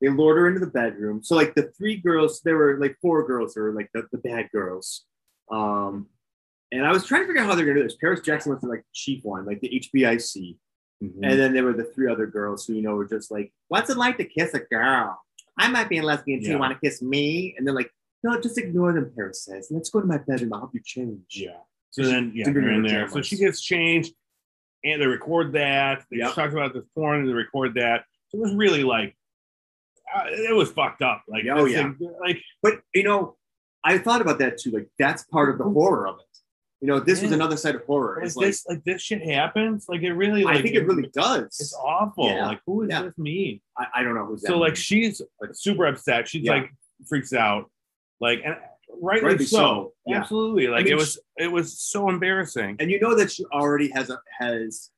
S2: they lured her into the bedroom. So like the three girls, there were like four girls, there were like the, the bad girls. Um, and I was trying to figure out how they're gonna do this. Paris Jackson was the like chief one, like the HBIC,
S1: Mhm.
S2: and then there were the three other girls who you know were just like, "What's it like to kiss a girl? I might be a lesbian too.
S1: Yeah.
S2: Want to kiss me?" And they're like, "No, just ignore them." Paris says, "Let's go to my bedroom. I'll help you change."
S1: Yeah. So then, yeah,
S2: Didn't
S1: they're in
S2: really
S1: there.
S2: jam
S1: So
S2: us.
S1: she gets changed, and they record that. They
S2: Yep.
S1: talk about the porn, and they record that. So it was really like, uh, it was fucked up. Like,
S2: Oh,
S1: this
S2: yeah.
S1: thing- like
S2: But you know, I thought about that too. Like that's part of the horror of it. You know, this was
S1: Yeah.
S2: another side of horror.
S1: like
S2: It's like,
S1: this, like this shit happens. Like it really, like
S2: I think it really does.
S1: it's awful.
S2: Yeah.
S1: Like who is
S2: Yeah.
S1: this me?
S2: I, I don't know who's
S1: So like she's super upset. She's
S2: Yeah.
S1: like freaks out. Like and rightly,
S2: Rightly
S1: so.
S2: so, yeah.
S1: Absolutely. Like
S2: mean,
S1: it was, it was so embarrassing.
S2: and you know that she already has a has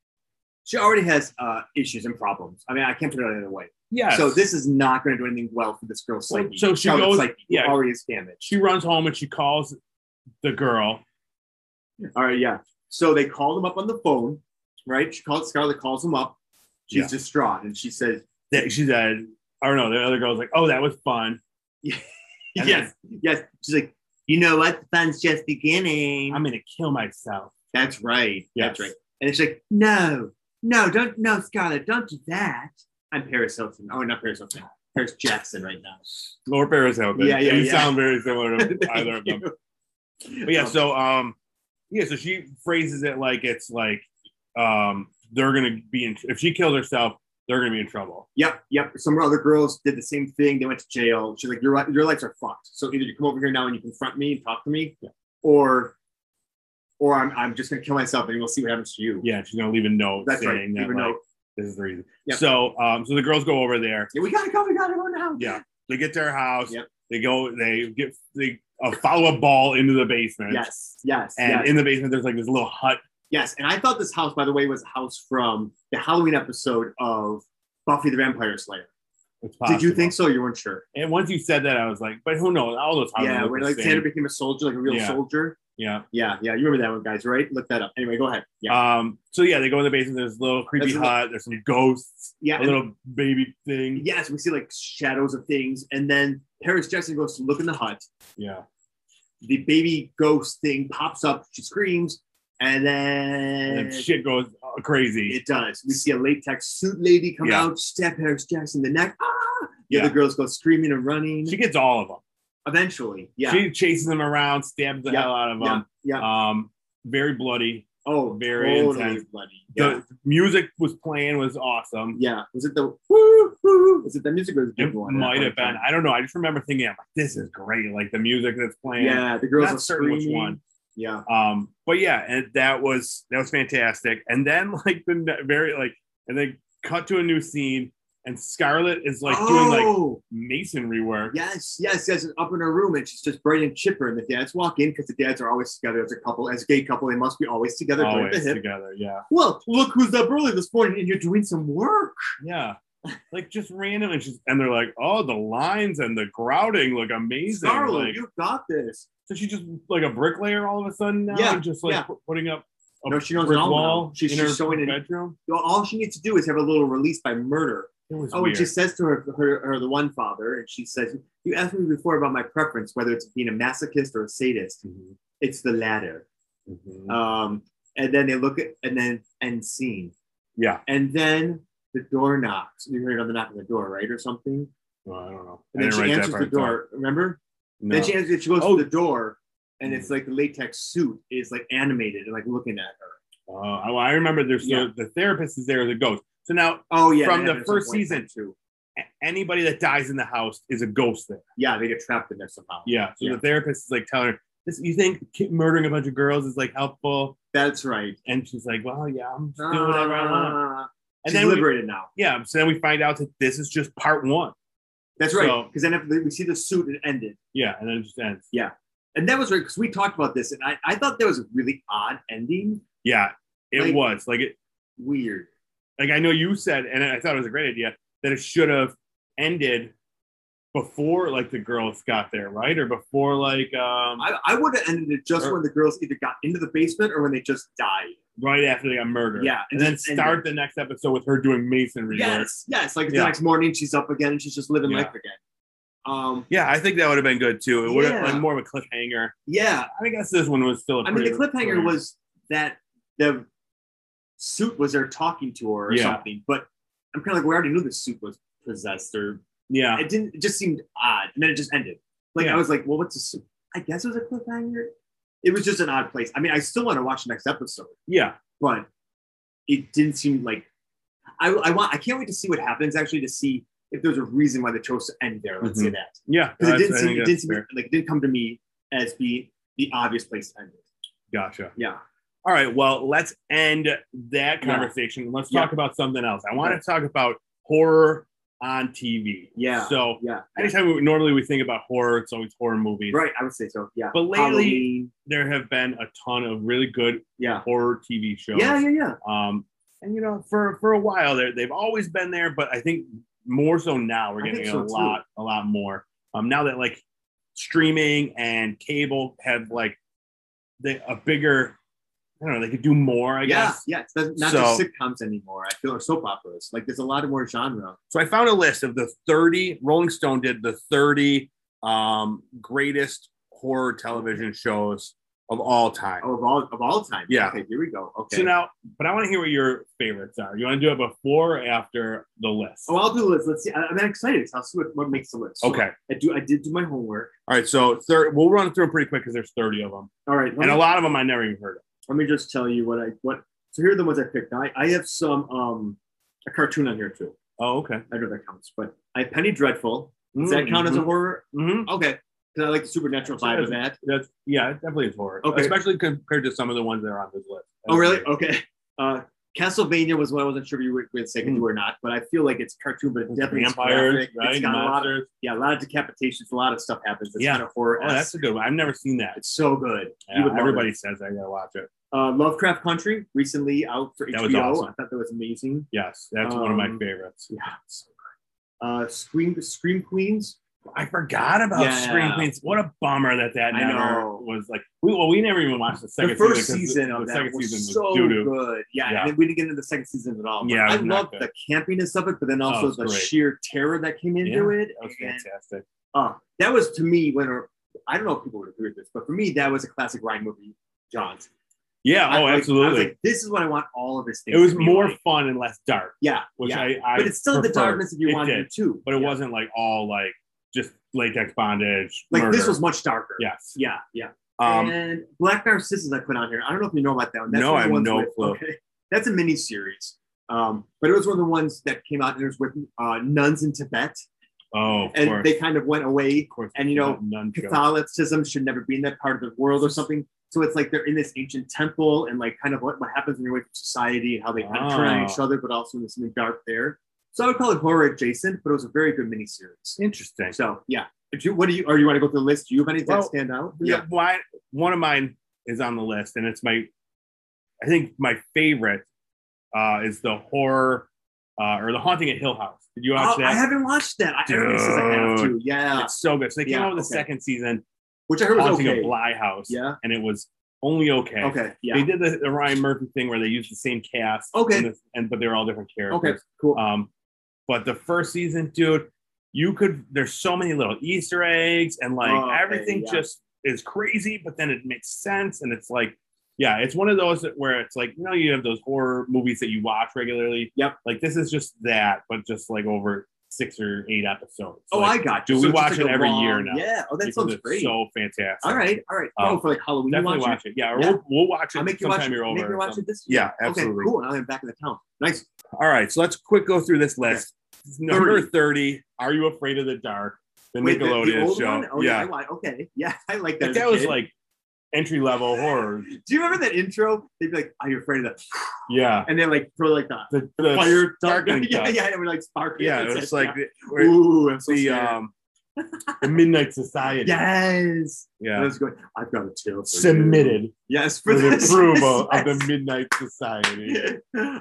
S2: she already has uh, issues and problems. I mean, I can't put it any other way.
S1: Yeah.
S2: So this is not going to do anything well for this girl's
S1: Well,
S2: psyche.
S1: so she
S2: Charlotte's
S1: goes-
S2: psyche, who
S1: yeah.
S2: already is damaged.
S1: she runs home and she calls the girl.
S2: All right, yeah. So they called him up on the phone, right? She called Scarlett calls him up. She's
S1: Yeah.
S2: distraught and she says,
S1: that she said, I don't know, the other girl's like, oh, that was fun. And
S2: "Yes, yes." She's like, "You know what? The fun's just beginning."
S1: I'm gonna kill myself.
S2: That's right.
S1: Yes.
S2: That's right. And it's like, no, no, don't, no, Scarlett, don't do that. I'm Paris Hilton. Oh, not Paris Hilton. Paris Jackson right now.
S1: Lord Bear's open.
S2: Yeah, yeah,
S1: You
S2: yeah.
S1: sound very similar to
S2: Thank
S1: either of them.
S2: you.
S1: But yeah,
S2: Um,
S1: so um, yeah, so she phrases it like it's like um, they're gonna be in. If she kills herself, they're gonna be in trouble.
S2: Yep, yep. Some other girls did the same thing. They went to jail. She's like, your, li- your lives are fucked. So either you come over here now and you confront me and talk to me, or or I'm, I'm just going to kill myself and we'll see what happens to you.
S1: Yeah, she's gonna leave a note
S2: That's right.
S1: saying that
S2: Even
S1: like,
S2: though,
S1: this is the reason.
S2: Yep.
S1: So um, so the girls go over there.
S2: yeah, we got to go. We got to go now.
S1: Yeah, they get to her house.
S2: Yep.
S1: They go. They get they a follow up ball into the basement.
S2: Yes, yes.
S1: And
S2: yes.
S1: in the basement, there's like this little hut.
S2: Yes, and I thought this house, by the way, was a house from the Halloween episode of Buffy the Vampire Slayer.
S1: It's
S2: Did you
S1: possible.
S2: think so? You weren't sure.
S1: And once you said that, I was like, but who knows? All those houses
S2: yeah,
S1: look
S2: when
S1: the
S2: Alexander
S1: same.
S2: became a soldier, like a real
S1: Yeah.
S2: soldier.
S1: Yeah.
S2: Yeah, yeah, you remember that one, guys, right? Look that up. Anyway, go ahead. Yeah,
S1: Um. So yeah, they go in the basement. There's a little creepy
S2: There's a
S1: hut.
S2: little-
S1: There's some ghosts.
S2: yeah.
S1: A
S2: and-
S1: little baby thing.
S2: yes, we see like shadows of things, and then Paris Jackson goes to look in the hut.
S1: Yeah.
S2: The baby ghost thing pops up. She screams, and
S1: And,
S2: then
S1: then shit goes uh, crazy.
S2: It does. We see a latex suit lady come
S1: Yeah.
S2: out, stab Paris Jackson in the neck. Ah! The
S1: Yeah.
S2: other girls go screaming and running.
S1: she gets all of them.
S2: Eventually, yeah.
S1: She chases them around, stabs the
S2: Yeah,
S1: hell out of
S2: yeah,
S1: them.
S2: yeah.
S1: Um. Very bloody.
S2: Oh,
S1: Very intense.
S2: Bloody. Yeah.
S1: The music was playing was awesome.
S2: yeah. Was it the woo, woo, was it the music or was it the
S1: It
S2: big one?
S1: might have been. I don't know. I just remember thinking, I'm like, this is great. Like the music that's playing.
S2: Yeah, the girls
S1: Not
S2: are
S1: certain which
S2: screaming.
S1: one.
S2: Yeah.
S1: um but yeah and that was that was fantastic and then like the ne- very like and they cut to a new scene and scarlett is like doing like
S2: Oh,
S1: masonry work
S2: yes, yes, yes. Up in her room, and she's just bright and chipper, and the dads walk in because the dads are always together as a couple, as a gay couple. They must be always together. joined at
S1: always
S2: the hip.
S1: together yeah
S2: Well, look who's up early this morning, and you're doing some work.
S1: yeah like just random and she's and they're like oh the lines and the grouting look amazing
S2: Scarlett,
S1: like,
S2: you got this.
S1: so she just like a bricklayer all of a sudden now
S2: Yeah,
S1: and just like
S2: yeah.
S1: pu- putting up a
S2: No, she knows
S1: brick
S2: it all now.
S1: wall
S2: She's-
S1: in
S2: she's
S1: her
S2: showing it-
S1: bedroom
S2: Well, All she needs to do is have a little release by murder.
S1: it was
S2: Oh,
S1: weird.
S2: and she says to her, her, her, the one father, and she says, "You asked me before about my preference, whether it's being a masochist or a sadist.
S1: Mhm,
S2: It's the latter."
S1: mhm.
S2: Um, and then they look at, and then end scene,
S1: yeah
S2: and then the door knocks. You heard another knock on the door, right, or something?
S1: well, i don't know I
S2: And then
S1: didn't
S2: she
S1: write that
S2: answers the
S1: part down.
S2: door. Remember?
S1: no.
S2: Then she answers. She goes
S1: Oh.
S2: to the door, and
S1: Mhm.
S2: it's like the latex suit is like animated and like looking at her.
S1: Uh, well, I remember there's
S2: Yeah.
S1: the, the therapist is there as a ghost. So now
S2: Oh yeah,
S1: From the
S2: that happened at some
S1: first
S2: point in
S1: season.
S2: time, too.
S1: a- anybody that dies in the house is a ghost there.
S2: Yeah, they get trapped in there somehow.
S1: Yeah. So
S2: Yeah.
S1: the therapist is like telling her, this, "You think ki- murdering a bunch of girls is like helpful?"
S2: That's right.
S1: And she's like, "Well, yeah, I'm just doing whatever I want."
S2: Ah.
S1: And
S2: She's
S1: then we,
S2: liberated now.
S1: yeah, so then we find out that this is just part one.
S2: That's right.
S1: So-
S2: Because then after we see the suit, it ended.
S1: Yeah, and then it just ends.
S2: And that was right because we talked about this, and I, I thought that was a really odd ending.
S1: Yeah, it
S2: Like-
S1: was like it.
S2: Weird.
S1: Like I know you said, and I thought it was a great idea that it should have ended, before like the girls got there, right? Or before like um
S2: I, I would have ended it just
S1: Or-
S2: when the girls either got into the basement or when they just died.
S1: right after they got murdered.
S2: Yeah,
S1: And
S2: and
S1: then
S2: just end
S1: start the next episode with her doing masonry work.
S2: Yes, yes. Like
S1: Yeah.
S2: the next morning, she's up again and she's just living
S1: Yeah.
S2: life again. Um,
S1: Yeah, I think that would have been good too. It would have
S2: Yeah.
S1: been more of a cliffhanger.
S2: yeah.
S1: I guess this one was still. I
S2: I mean, the cliffhanger was that the suit was there talking to her or
S1: Yeah.
S2: something, but I'm kind of like, we already knew the suit was possessed, or
S1: Yeah,
S2: it didn't. It just seemed odd, and then it just ended. Like
S1: Yeah.
S2: I was like, well, what's a suit? I guess it was a cliffhanger. It was just an odd place. I mean, I still want to watch the next episode.
S1: yeah.
S2: but it didn't seem like I, I want. I can't wait to see what happens actually to see if there's a reason why they chose to end there. Let's say that
S1: Yeah,
S2: because
S1: Mm-hmm.
S2: it
S1: that's-
S2: didn't
S1: I
S2: seem,
S1: think
S2: it didn't
S1: that's
S2: seem
S1: fair.
S2: like it didn't come to me as be the obvious place to end it.
S1: Gotcha.
S2: Yeah,
S1: All right. Well, let's end that conversation. Let's
S2: Yeah.
S1: talk about something else. I want
S2: Yeah.
S1: to talk about horror on TV.
S2: Yeah.
S1: So
S2: yeah,
S1: anytime we, normally we think about horror, it's always horror movies.
S2: right. I would say so. Yeah,
S1: But lately-
S2: Halloween,
S1: There have been a ton of really good
S2: yeah,
S1: horror TV shows.
S2: yeah, yeah, yeah.
S1: Um, and you know, for for a while there, they've always been there, but I think more so now we're
S2: I think
S1: getting
S2: so,
S1: a
S2: too.
S1: lot, a lot more. Um, now that like streaming and cable have like they a bigger, I don't know, they could do more, I
S2: yeah,
S1: guess.
S2: yeah, it's not not
S1: So-
S2: just sitcoms anymore. I feel or soap operas. Like there's a lot of more genre.
S1: So I found a list of the 30 Rolling Stone did the 30 um, greatest horror television shows of all time.
S2: Oh, of all of all time.
S1: Yeah.
S2: Okay, here we go. Okay.
S1: So now, but I want to hear what your favorites are. You want to do it before or after the list?
S2: oh, I'll do the list. Let's see. I, I'm excited. I'll see what, what makes the list. So
S1: okay.
S2: I do. I did do my homework.
S1: All right. So thir- we'll run through them pretty quick because there's 30 of them,
S2: All right. let
S1: and
S2: me-
S1: a lot of them I never even heard of.
S2: let me just tell you what I what. So here are the ones I picked. I, I have some um a cartoon on here too.
S1: Oh, okay.
S2: I don't know if that counts, but I have Penny Dreadful. Does that count as a horror?
S1: hmm
S2: Okay, because I like the supernatural vibe of that.
S1: That's yeah, it definitely is horror.
S2: Okay.
S1: Especially compared to some of the ones that are on this list.
S2: Oh really? Okay. Uh, Castlevania was one I wasn't sure if you were going to say do or not, but I feel like it's cartoon, but it Oh, definitely is
S1: Mm. Vampires,
S2: graphic.
S1: right?
S2: It's got a lot of
S1: Monsters.
S2: yeah, a lot of decapitations, a lot of stuff happens. It's
S1: Yeah.
S2: kind of horror.
S1: Oh, that's a good one. I've never seen that.
S2: it's so good.
S1: Yeah,
S2: you would love it.
S1: everybody says I gotta watch it.
S2: Uh, Lovecraft Country recently out for
S1: That
S2: HBO.
S1: was awesome.
S2: I thought that was amazing.
S1: Yes, that's one of my
S2: Um,
S1: favorites.
S2: Yeah. it's so good. Uh, Scream, Scream Queens.
S1: I forgot about
S2: Yeah.
S1: Scream Queens. What a bummer that that
S2: I
S1: never
S2: know.
S1: was like. We, well, we never even watched the second
S2: the first
S1: season. 'cause
S2: season
S1: the,
S2: of
S1: the
S2: that
S1: second
S2: was
S1: season
S2: so
S1: was doo-doo.
S2: good. Yeah,
S1: Yeah.
S2: and then we didn't get into the second season at all. but
S1: Yeah, it
S2: I
S1: was not
S2: love
S1: good.
S2: the campiness of it, but then
S1: Oh, it
S2: also
S1: was
S2: the
S1: great.
S2: sheer terror that came into it.
S1: That was
S2: And,
S1: fantastic.
S2: uh, that was to me when I don't know if people would agree with this, but for me that was a classic Ryan movie, John's.
S1: Yeah.
S2: I-
S1: oh,
S2: like, I was
S1: absolutely.
S2: like, this is what I want all of his things.
S1: it was
S2: to be
S1: more
S2: like.
S1: fun and less dark,
S2: yeah,
S1: which
S2: yeah.
S1: I, I.
S2: but it's still the
S1: preferred.
S2: darkness if you
S1: It
S2: wanted
S1: did,
S2: to too.
S1: But it
S2: Yeah.
S1: wasn't like all like just latex bondage.
S2: like
S1: murder.
S2: this was much darker.
S1: Yes.
S2: yeah, yeah.
S1: Um.
S2: and Black Narcissus I put on here. I don't know if you know about that one.
S1: No,
S2: one
S1: I have
S2: of the ones
S1: no
S2: with-
S1: clue.
S2: Okay. That's a mini series. Um, but it was one of the ones that came out and it was with uh, nuns in Tibet.
S1: oh, of
S2: And
S1: course.
S2: they kind of went away.
S1: of course.
S2: and, you know,
S1: none
S2: Catholicism should never be in that part of the world or something. So it's like they're in this ancient temple and like kind of what, what happens when you're away from society and how they kind of turn on
S1: Ah.
S2: each other, but also there's something dark there. So I would call it horror adjacent, but it was a very good miniseries.
S1: Interesting.
S2: So yeah. Do you, what do you or you want to go through the list? Do you have any
S1: Well,
S2: that stand out?
S1: yeah. Why one of mine is on the list, and it's my, I think my favorite, uh, is the horror, uh, or the haunting at Hill House. Did you watch
S2: Oh,
S1: that?
S2: I haven't watched that. I, everybody says I have to. Yeah,
S1: it's so good. So they came
S2: Yeah,
S1: out with the
S2: okay.
S1: second season,
S2: which I heard was
S1: haunting
S2: okay.
S1: of Bly House,
S2: Yeah.
S1: and it was only okay.
S2: Okay.
S1: They
S2: Yeah.
S1: did the, the Ryan Murphy thing where they used the same cast.
S2: Okay.
S1: And, the, and but they were all different characters.
S2: Okay. Cool.
S1: Um, but the first season, dude, you could. There's so many little Easter eggs, and like
S2: Oh, okay,
S1: everything
S2: yeah.
S1: just is crazy, but then it makes sense, and it's like, yeah, it's one of those that- where it's like, you know, you have those horror movies that you watch regularly.
S2: Yep.
S1: Like this is just that, but just like over six or eight episodes.
S2: oh,
S1: Like,
S2: I got.
S1: do
S2: you.
S1: we
S2: it's
S1: watch
S2: just
S1: it
S2: a
S1: every year now?
S2: Yeah. Oh, that
S1: because
S2: sounds
S1: it's
S2: great.
S1: So fantastic.
S2: all right. All right.
S1: Um,
S2: oh, for like Halloween, you
S1: Definitely
S2: watch,
S1: watch it. Yeah, or
S2: Yeah.
S1: We'll, we'll watch it
S2: I'll make you watch
S1: sometime
S2: it.
S1: you're over.
S2: Make me
S1: or
S2: watch
S1: something.
S2: it this year.
S1: Yeah, absolutely.
S2: Okay. Cool. Now I'm back in the town. Nice.
S1: All right, so let's quick go through this list. Number 30.
S2: 30.
S1: Are You Afraid of the Dark? The
S2: Wait, the- the
S1: Nickelodeon
S2: old
S1: show.
S2: one? Oh, yeah. I
S1: yeah.
S2: wa- Okay. Yeah, I like that.
S1: Like,
S2: as a
S1: that was
S2: kid.
S1: like entry level horror.
S2: Do you remember that intro? They'd be like, "Are you afraid of that?"
S1: Yeah.
S2: And then like throw like the
S1: The, the
S2: fire
S1: dark and
S2: yeah,
S1: dark.
S2: yeah. And we're like sparking.
S1: Yeah, it was like the- where-
S2: Ooh, I'm so
S1: the
S2: scared.
S1: um the Midnight Society.
S2: Yes.
S1: Yeah.
S2: And I was going, I've got a tale. For You.
S1: Submitted
S2: Yes,
S1: for the
S2: this.
S1: approval of the
S2: Yes.
S1: Midnight Society.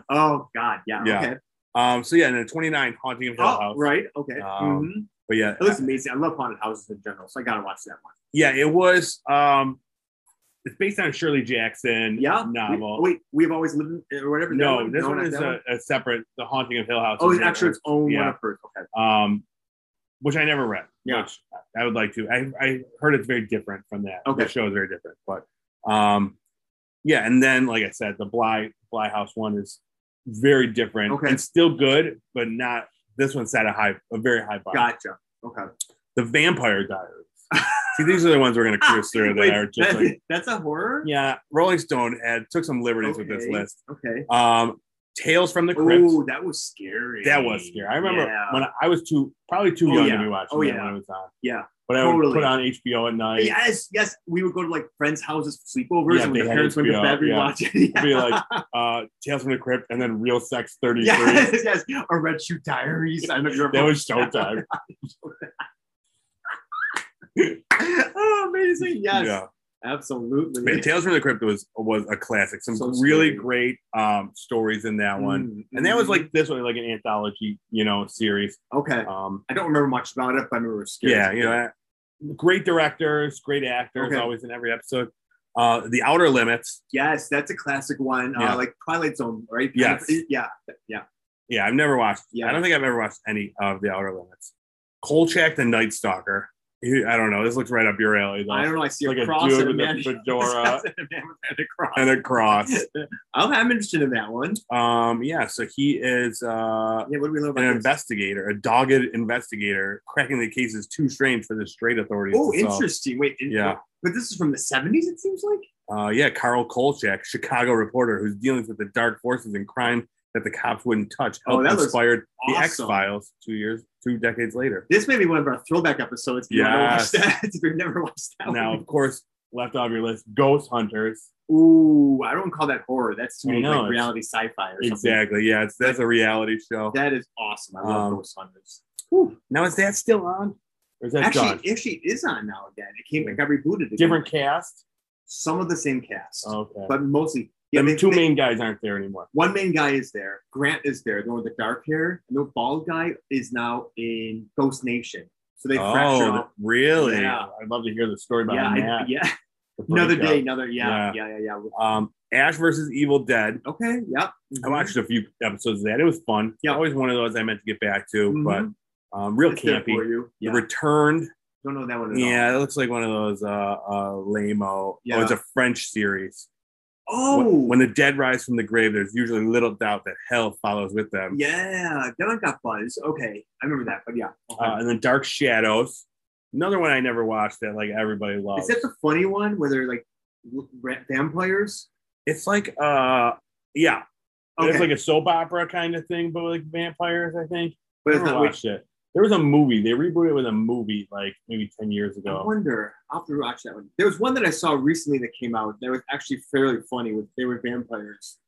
S2: oh God, yeah.
S1: Yeah.
S2: Okay.
S1: Um, so yeah, and then 29, Haunting of Hill
S2: Oh, Mm-hmm.
S1: House.
S2: right. Okay.
S1: Um, But yeah,
S2: It looks amazing. I love haunted houses in general, so I gotta watch that one.
S1: yeah, it was. um It's based on Shirley Jackson
S2: Yeah.
S1: novel.
S2: We, Oh, wait, we've always lived in, or whatever. that
S1: no, this
S2: No,
S1: one
S2: not
S1: is
S2: that
S1: a, a separate. The Haunting of Hill House.
S2: Oh,
S1: is
S2: it's
S1: the-
S2: actually its own one
S1: Yeah.
S2: of hers. Okay.
S1: um, which I never read.
S2: Yeah.
S1: Which I would like to. I, I heard it's very different from that.
S2: Okay.
S1: The show is very different, but um, yeah. And then, like I said, the Bly Bly House one is very different.
S2: Okay.
S1: It's still good, but not. This one set a high, a very high bar.
S2: Gotcha. Okay.
S1: The Vampire Diaries. See, these are the ones we're gonna cruise through. that
S2: Ah, Wait,
S1: are just
S2: that-
S1: like,
S2: that's a horror?
S1: yeah. Rolling Stone had took some liberties with this
S2: Okay.
S1: list.
S2: Okay.
S1: Um, Tales from the Crypt.
S2: Oh, that was scary.
S1: That was scary. I remember
S2: Yeah.
S1: when I was too probably too
S2: Oh,
S1: young
S2: yeah.
S1: to be watching
S2: Oh,
S1: that
S2: yeah.
S1: when it was on.
S2: Yeah.
S1: But I would
S2: Totally.
S1: put on HBO at night.
S2: Yes, yes. We would go to like friends' houses for sleepovers,
S1: Yeah,
S2: and when
S1: they
S2: the
S1: had
S2: parents went to
S1: HBO,
S2: bed, we
S1: yeah.
S2: watch it. Yeah.
S1: It'd be like uh Tales from the Crypt and then Real Sex 33.
S2: yes, yes. Or Red Shoe Diaries. I remember.
S1: That was showtime.
S2: oh, amazing. Yes.
S1: Yeah.
S2: Absolutely.
S1: Man, Tales from the Crypt was was a classic. Some
S2: So
S1: really
S2: scary.
S1: great um stories in that one.
S2: Mm,
S1: And that was
S2: mm.
S1: like this one, like an anthology, you know, series.
S2: okay.
S1: Um
S2: I don't remember much about it, but I remember it was scary.
S1: yeah, you know, eh, great directors, great actors,
S2: Okay.
S1: always in every episode. Uh The Outer Limits.
S2: Yes, that's a classic one.
S1: Yeah.
S2: Uh, like Twilight Zone, right?
S1: Yes.
S2: Yeah.
S1: Yeah, I've never watched.
S2: Yeah.
S1: I don't think I've ever watched any of the Outer Limits. Kolchak the Night Stalker. You- I don't know. This looks right up your alley, though.
S2: I don't know. I see
S1: Like a
S2: a cross
S1: dude
S2: and a
S1: with a
S2: man.
S1: fedora.
S2: and a man with a cross.
S1: and a cross.
S2: I'm, I'm interested in that one.
S1: Um, yeah, so he is uh,
S2: Yeah, what do we love
S1: an
S2: about this?
S1: investigator, a dogged investigator, cracking the cases too strange for the straight authorities.
S2: Oh,
S1: to solve.
S2: interesting. Wait, it-
S1: Yeah.
S2: but this is from the 70s, it seems like?
S1: Uh, yeah, Carl Kolchak, Chicago reporter who's dealing with the dark forces and crime that the cops wouldn't touch,
S2: Oh,
S1: helped
S2: that looks
S1: inspired the
S2: awesome.
S1: X Files two years, two decades later.
S2: This may be one of our throwback episodes. If you wanna watch
S1: Yes.
S2: that, if you've never watched that
S1: Now,
S2: one.
S1: of course, left off your list, Ghost Hunters.
S2: Ooh, I don't call that horror. That's to
S1: I
S2: me
S1: know,
S2: like
S1: it's-
S2: reality sci fi or something.
S1: Exactly. Yeah, it's, that's a reality show.
S2: That is awesome. I love
S1: Um,
S2: those hundreds.
S1: Now is that still on? Or is that
S2: Actually,
S1: done?
S2: actually, it is on now again. It came, it got rebooted. Again.
S1: Different cast.
S2: Some of the same cast,
S1: Okay.
S2: but mostly.
S1: The
S2: they-
S1: two
S2: they-
S1: main guys aren't there anymore.
S2: One main guy is there. Grant is there. The one with the dark hair. And the bald guy is now in Ghost Nation. So they fracture.
S1: th-
S2: off.
S1: Oh, really?
S2: Yeah.
S1: I'd love to hear the story
S2: Yeah,
S1: behind
S2: I,
S1: that.
S2: yeah.
S1: the
S2: Another
S1: breakup.
S2: day, another yeah, yeah, yeah, yeah.
S1: Um, Ash versus Evil Dead.
S2: Okay, yep.
S1: I watched a few episodes of that. It was fun.
S2: Yeah.
S1: always one of those I meant to get back to,
S2: Mhm.
S1: but um, real
S2: It's there
S1: campy.
S2: for you. Yeah.
S1: The Returned.
S2: Don't know that one at all.
S1: Yeah, it looks like one of those uh, uh, lame-o. Oh,
S2: Yeah.
S1: it's a French series.
S2: Oh,
S1: When- When the dead rise from the grave, there's usually little doubt that hell follows with them.
S2: yeah, that one got buzz. Okay, I remember that. But yeah, okay.
S1: uh, and then Dark Shadows, another one I never watched that like everybody
S2: is
S1: loves.
S2: that the funny one where they're like w- ra- vampires?
S1: it's like uh, yeah,
S2: Okay,
S1: it's like a soap opera kind of thing, but with, like vampires. I think.
S2: but it's
S1: never
S2: not. Which,
S1: watched it. There was a movie they rebooted with a movie like maybe ten years
S2: I
S1: ago.
S2: wonder. I'll have to watch that one. There was one that I saw recently that came out that was actually fairly funny. With they were vampires.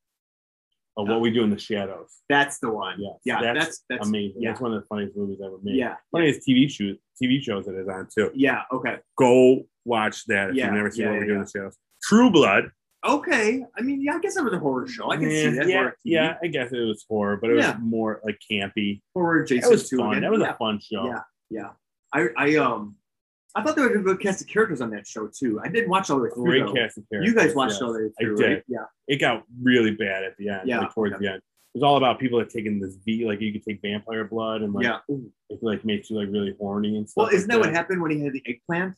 S1: Uh, what we do in the shadows.
S2: That's the one.
S1: Yes,
S2: yeah,
S1: that's
S2: that's that's,
S1: Amazing.
S2: yeah.
S1: That's one of the funniest movies ever made.
S2: yeah,
S1: Funniest TV shows, TV shows that is on too.
S2: yeah. Okay,
S1: Go watch that if
S2: Yeah,
S1: you've never seen
S2: yeah,
S1: what we
S2: yeah,
S1: do in the shadows. True Blood.
S2: okay. I mean, yeah, I guess it was a horror show. Oh, I can
S1: Yeah,
S2: see that.
S1: Yeah,
S2: horror TV.
S1: yeah, I guess it was horror, but it was
S2: Yeah.
S1: more like campy.
S2: horror
S1: That
S2: adjacent
S1: was
S2: to
S1: fun.
S2: again.
S1: That was
S2: yeah.
S1: a fun show.
S2: Yeah, yeah. I, I um, I thought there was a good cast of characters on that show too. I didn't watch all the way through.
S1: Great
S2: though.
S1: cast of characters.
S2: You guys watched
S1: yes.
S2: all the way
S1: I
S2: through,
S1: did.
S2: right? Yeah.
S1: It got really bad at the end,
S2: Yeah,
S1: like towards
S2: okay.
S1: the end. It was all about people that taking this V, like you could take vampire blood and like
S2: yeah.
S1: it like makes you like really horny and stuff.
S2: Well, isn't that
S1: like
S2: what happened when he had the eggplant?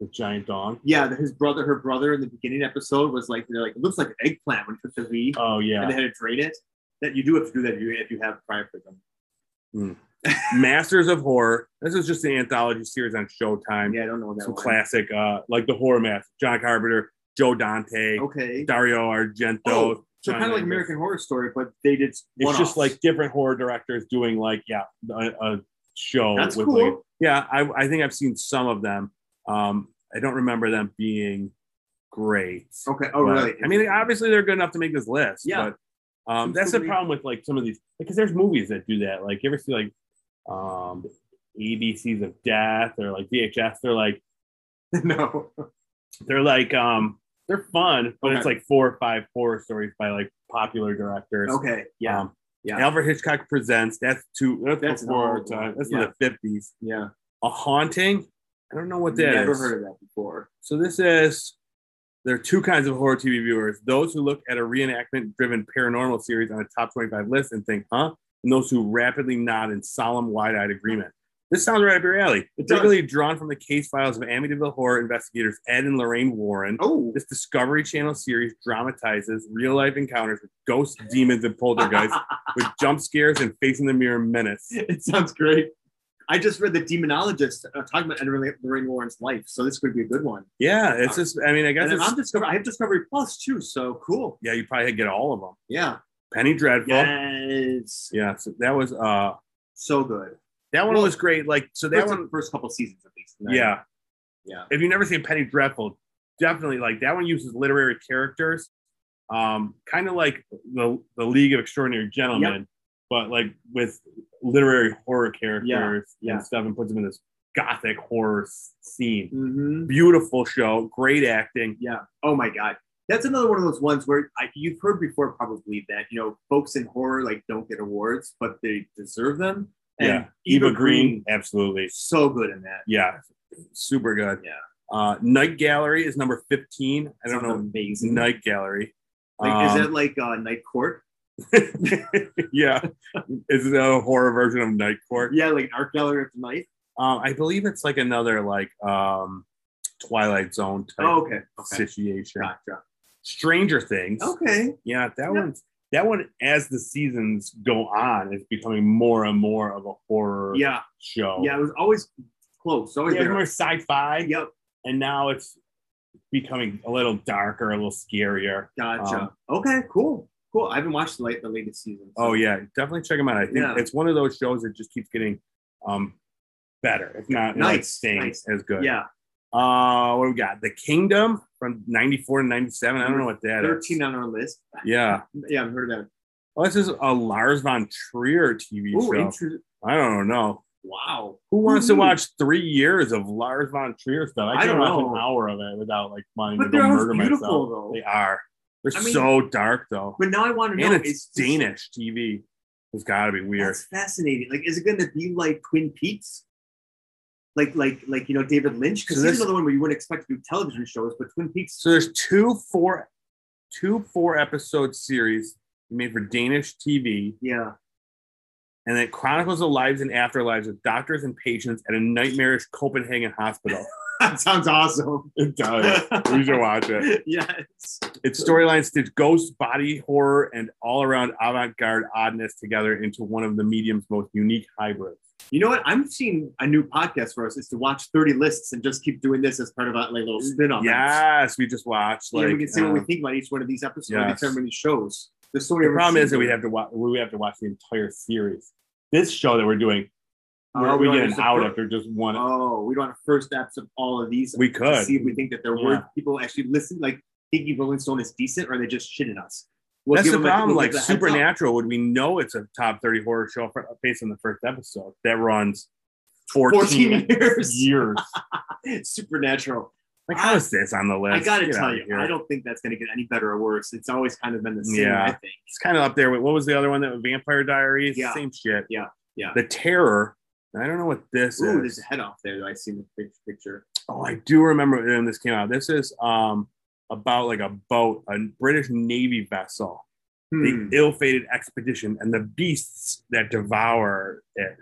S1: The giant dong.
S2: Yeah, that his brother, her brother, in the beginning episode was like, they're like, it looks like an eggplant when you put the V,
S1: Oh
S2: and
S1: yeah,
S2: they had to drain it. That you do have to do that if you, if you have prior prism.
S1: Masters of Horror. This is just an anthology series on Showtime.
S2: Yeah, I don't know that
S1: Some
S2: one.
S1: classic, uh, like the horror master, John Carpenter, Joe Dante,
S2: Okay.
S1: Dario Argento.
S2: Oh, so
S1: John
S2: kind of like
S1: Landis.
S2: American Horror Story, but they did.
S1: It's
S2: one-offs.
S1: just like different horror directors doing like yeah a, a show.
S2: that's
S1: with,
S2: cool.
S1: like- yeah, I, I think I've seen some of them. Um, I don't remember them being great.
S2: okay. Oh,
S1: But,
S2: really?
S1: I mean, obviously they're good enough to make this list.
S2: Yeah.
S1: But, um,
S2: Some
S1: that's the
S2: pretty-
S1: problem with like some of these because there's movies that do that. Like you ever see like um ABCs of Death or like VHS, they're like
S2: no.
S1: they're like um they're fun, but it's
S2: Okay.
S1: like four or five horror stories by like popular directors.
S2: Okay. Yeah.
S1: Um,
S2: Yeah.
S1: Alfred Hitchcock presents. That's two. That's,
S2: That's an
S1: before our
S2: old one.
S1: time. That's
S2: Yeah.
S1: in the fifties.
S2: Yeah.
S1: A haunting. I don't know what that is.
S2: Never heard of that before.
S1: So this is there are two kinds of horror TV viewers: those who look at a reenactment-driven paranormal series on a top 25 list and think, "Huh," and those who rapidly nod in solemn, wide-eyed agreement. This sounds right up your alley.
S2: It does.
S1: Particularly drawn from the case files of Amityville horror investigators Ed and Lorraine Warren.
S2: Oh.
S1: This Discovery Channel series dramatizes real-life encounters with ghosts, demons, and poltergeists, with jump scares and facing the mirror menace.
S2: it sounds great. I just read the demonologist uh, talking about Edward Lorraine Warren's life, so this could be a good one.
S1: Yeah, it's just. I mean, I guess.
S2: and then
S1: It's,
S2: I'm Discovery. I have Discovery Plus too, so cool.
S1: yeah, you probably get all of them.
S2: Yeah.
S1: Penny Dreadful.
S2: Yes.
S1: Yeah, so that was uh
S2: So good.
S1: that one
S2: Well,
S1: was great. Like so that
S2: That one,
S1: one
S2: first couple seasons at least. and then-
S1: yeah.
S2: Yeah.
S1: If you've never seen Penny Dreadful, definitely like that one uses literary characters. Um kind of like the the League of Extraordinary Gentlemen, but like with literary horror characters
S2: yeah.
S1: and stuff and puts them in this gothic horror s- scene.
S2: Mm-hmm.
S1: Beautiful show, great acting.
S2: Yeah. Oh my God. That's another one of those ones where I, you've heard before probably that you know folks in horror like don't get awards, but they deserve them. And
S1: yeah. Eva, Green, absolutely.
S2: so good in that.
S1: Yeah. Super good.
S2: Yeah.
S1: Uh Night Gallery is number 15. I don't
S2: Sounds
S1: know
S2: Amazing.
S1: Night Gallery.
S2: Like, is
S1: Um,
S2: that like uh, Night Court?
S1: yeah, it's a horror version of Night Court.
S2: Yeah, like an art gallery at night.
S1: Um, I believe it's like another like um, Twilight Zone type
S2: Oh, okay. Okay.
S1: situation.
S2: Gotcha.
S1: Stranger Things.
S2: Okay.
S1: Yeah, that
S2: Yeah.
S1: one. That one, as the seasons go on, is becoming more and more of a horror
S2: Yeah.
S1: show.
S2: Yeah. It was always close. Always
S1: yeah, it's
S2: there.
S1: more sci-fi.
S2: Yep.
S1: and now it's becoming a little darker, a little scarier.
S2: Gotcha.
S1: Um,
S2: okay. Cool. Cool. I haven't watched the, late, the latest season. so-
S1: Oh yeah, definitely check them out. I think
S2: Yeah.
S1: it's one of those shows that just keeps getting um better, if not like
S2: Nice,
S1: staying
S2: nice.
S1: as good.
S2: Yeah.
S1: Uh, what do we got? The Kingdom from '94 to '97. I don't know what that is.
S2: Thirteen on our list.
S1: Yeah.
S2: Yeah, I've heard of that.
S1: Oh, this is a Lars von Trier TV
S2: Ooh,
S1: show.
S2: inter-
S1: I don't know.
S2: wow.
S1: Who wants to
S2: Ooh.
S1: watch three years of Lars von Trier stuff? I
S2: I
S1: can't
S2: don't
S1: watch
S2: know.
S1: an hour of it without like wanting to
S2: But
S1: go
S2: they're always
S1: murder
S2: beautiful
S1: myself.
S2: though.
S1: They are. They're
S2: I mean-
S1: so dark though,
S2: But now I want to know.
S1: and it's
S2: is-
S1: Danish TV. It's got to be weird.
S2: That's fascinating. Like, is it going to be like Twin Peaks? Like, like, like you know, David Lynch? Because
S1: So
S2: this
S1: this-
S2: is another one where you wouldn't expect to do television shows, but Twin Peaks.
S1: So there's two four two four episode series made for Danish TV,
S2: Yeah.
S1: and it chronicles the lives and afterlives of doctors and patients at a nightmarish Copenhagen hospital.
S2: that sounds awesome.
S1: it does. We should watch it.
S2: yes.
S1: Its storyline stitch ghost, body horror, and all-around avant-garde oddness together into one of the medium's most unique hybrids.
S2: You know what? I'm seeing a new podcast for us is to watch 30 lists and just keep doing this as part of our like little spin off.
S1: Yes, we just watched. Mm, Like,
S2: Oh, we can see what we
S1: um,
S2: think about each one of these episodes,
S1: yes.
S2: each one of these shows. There's so many
S1: the problem
S2: different
S1: is that we
S2: seasons.
S1: have to watch. We have to watch the entire series. This show that we're doing,
S2: Oh,
S1: we're, we
S2: don't
S1: get an
S2: understand-
S1: out after just one.
S2: Oh, we don't have first steps of all of these.
S1: we
S2: to
S1: could.
S2: see if we think that they're
S1: Yeah.
S2: worth people actually listen, like thinking Rolling Stone is decent, or are they just shitting us? We'll
S1: That's
S2: give
S1: the
S2: them a-
S1: problem.
S2: we'll
S1: Like
S2: give them a heads up.
S1: Supernatural, would we know it's a top thirty horror show for, based on the first episode that runs fourteen,
S2: 14 years.
S1: years?
S2: Supernatural.
S1: Like, how is this on the list?
S2: I gotta
S1: Get
S2: tell
S1: outta
S2: you,
S1: here.
S2: I don't think that's gonna get any better or worse. It's always kind of been the same.
S1: Yeah.
S2: I think.
S1: It's kind of up there. With, what was the other one that was Vampire Diaries?
S2: Yeah.
S1: Same shit.
S2: Yeah. Yeah.
S1: The Terror. I don't know what this
S2: Ooh,
S1: is.
S2: there's a head off there. though. I seen the pic- picture.
S1: Oh, I do remember when this came out. This is um about like a boat, a British Navy vessel,
S2: Hmm.
S1: the ill-fated expedition, and the beasts that devour it.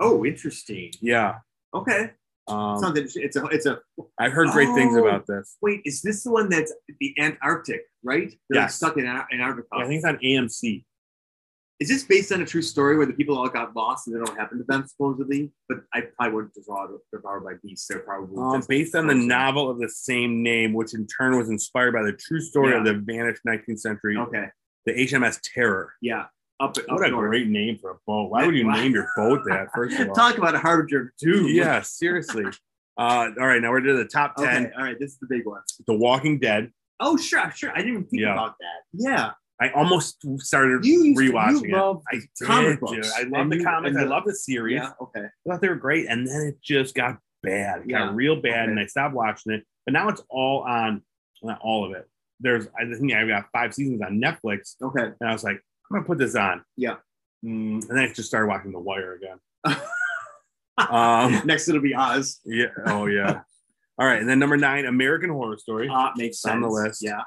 S2: Oh, interesting.
S1: Yeah.
S2: Okay.
S1: Um,
S2: Sounds interesting. It's a. It's a.
S1: I've heard great things
S2: Oh.
S1: about this.
S2: Wait, is this the one that's the Antarctic? Right? They're like
S1: Yes.
S2: stuck in Ar- Antarctica.
S1: I think it's on AMC.
S2: Is this based on a true story where the people all got lost and it don't happen to them supposedly? But I probably wouldn't devour devoured by beasts. They're probably
S1: Um,
S2: just-
S1: based on the novel of the same name, which in turn was inspired by the true story of the vanished 19th century,
S2: okay.
S1: the HMS Terror.
S2: Yeah, up up
S1: What a
S2: north.
S1: great name for a boat. Why would you
S2: Wow.
S1: name your boat that, first of all?
S2: Talk about a harbinger of doom.
S1: yeah, seriously. Uh, all right, now we're to the top 10.
S2: Okay. All right. This is the big one.
S1: The Walking Dead.
S2: Oh sure, sure. I didn't even think
S1: Yeah.
S2: about that. Yeah.
S1: I almost started
S2: You used
S1: rewatching
S2: to,
S1: it.
S2: you love
S1: I did,
S2: comic
S1: dude.
S2: books.
S1: I love
S2: And
S1: the
S2: you-
S1: comics.
S2: and
S1: I
S2: the-
S1: love the series.
S2: Yeah. Okay.
S1: I thought they were great, and then it just got bad. It
S2: Yeah.
S1: got real bad, and
S2: Okay.
S1: I stopped watching it. But now it's all on, not all of it. There's, I think I've got five seasons on Netflix,
S2: Okay.
S1: and I was like, I'm gonna put this on.
S2: Yeah.
S1: Mm, and then I just started watching The Wire again. um,
S2: Next, it'll be Oz.
S1: yeah. Oh, yeah. All right. And then number nine, American Horror Story.
S2: Uh, makes sense.
S1: On the list.
S2: Yeah.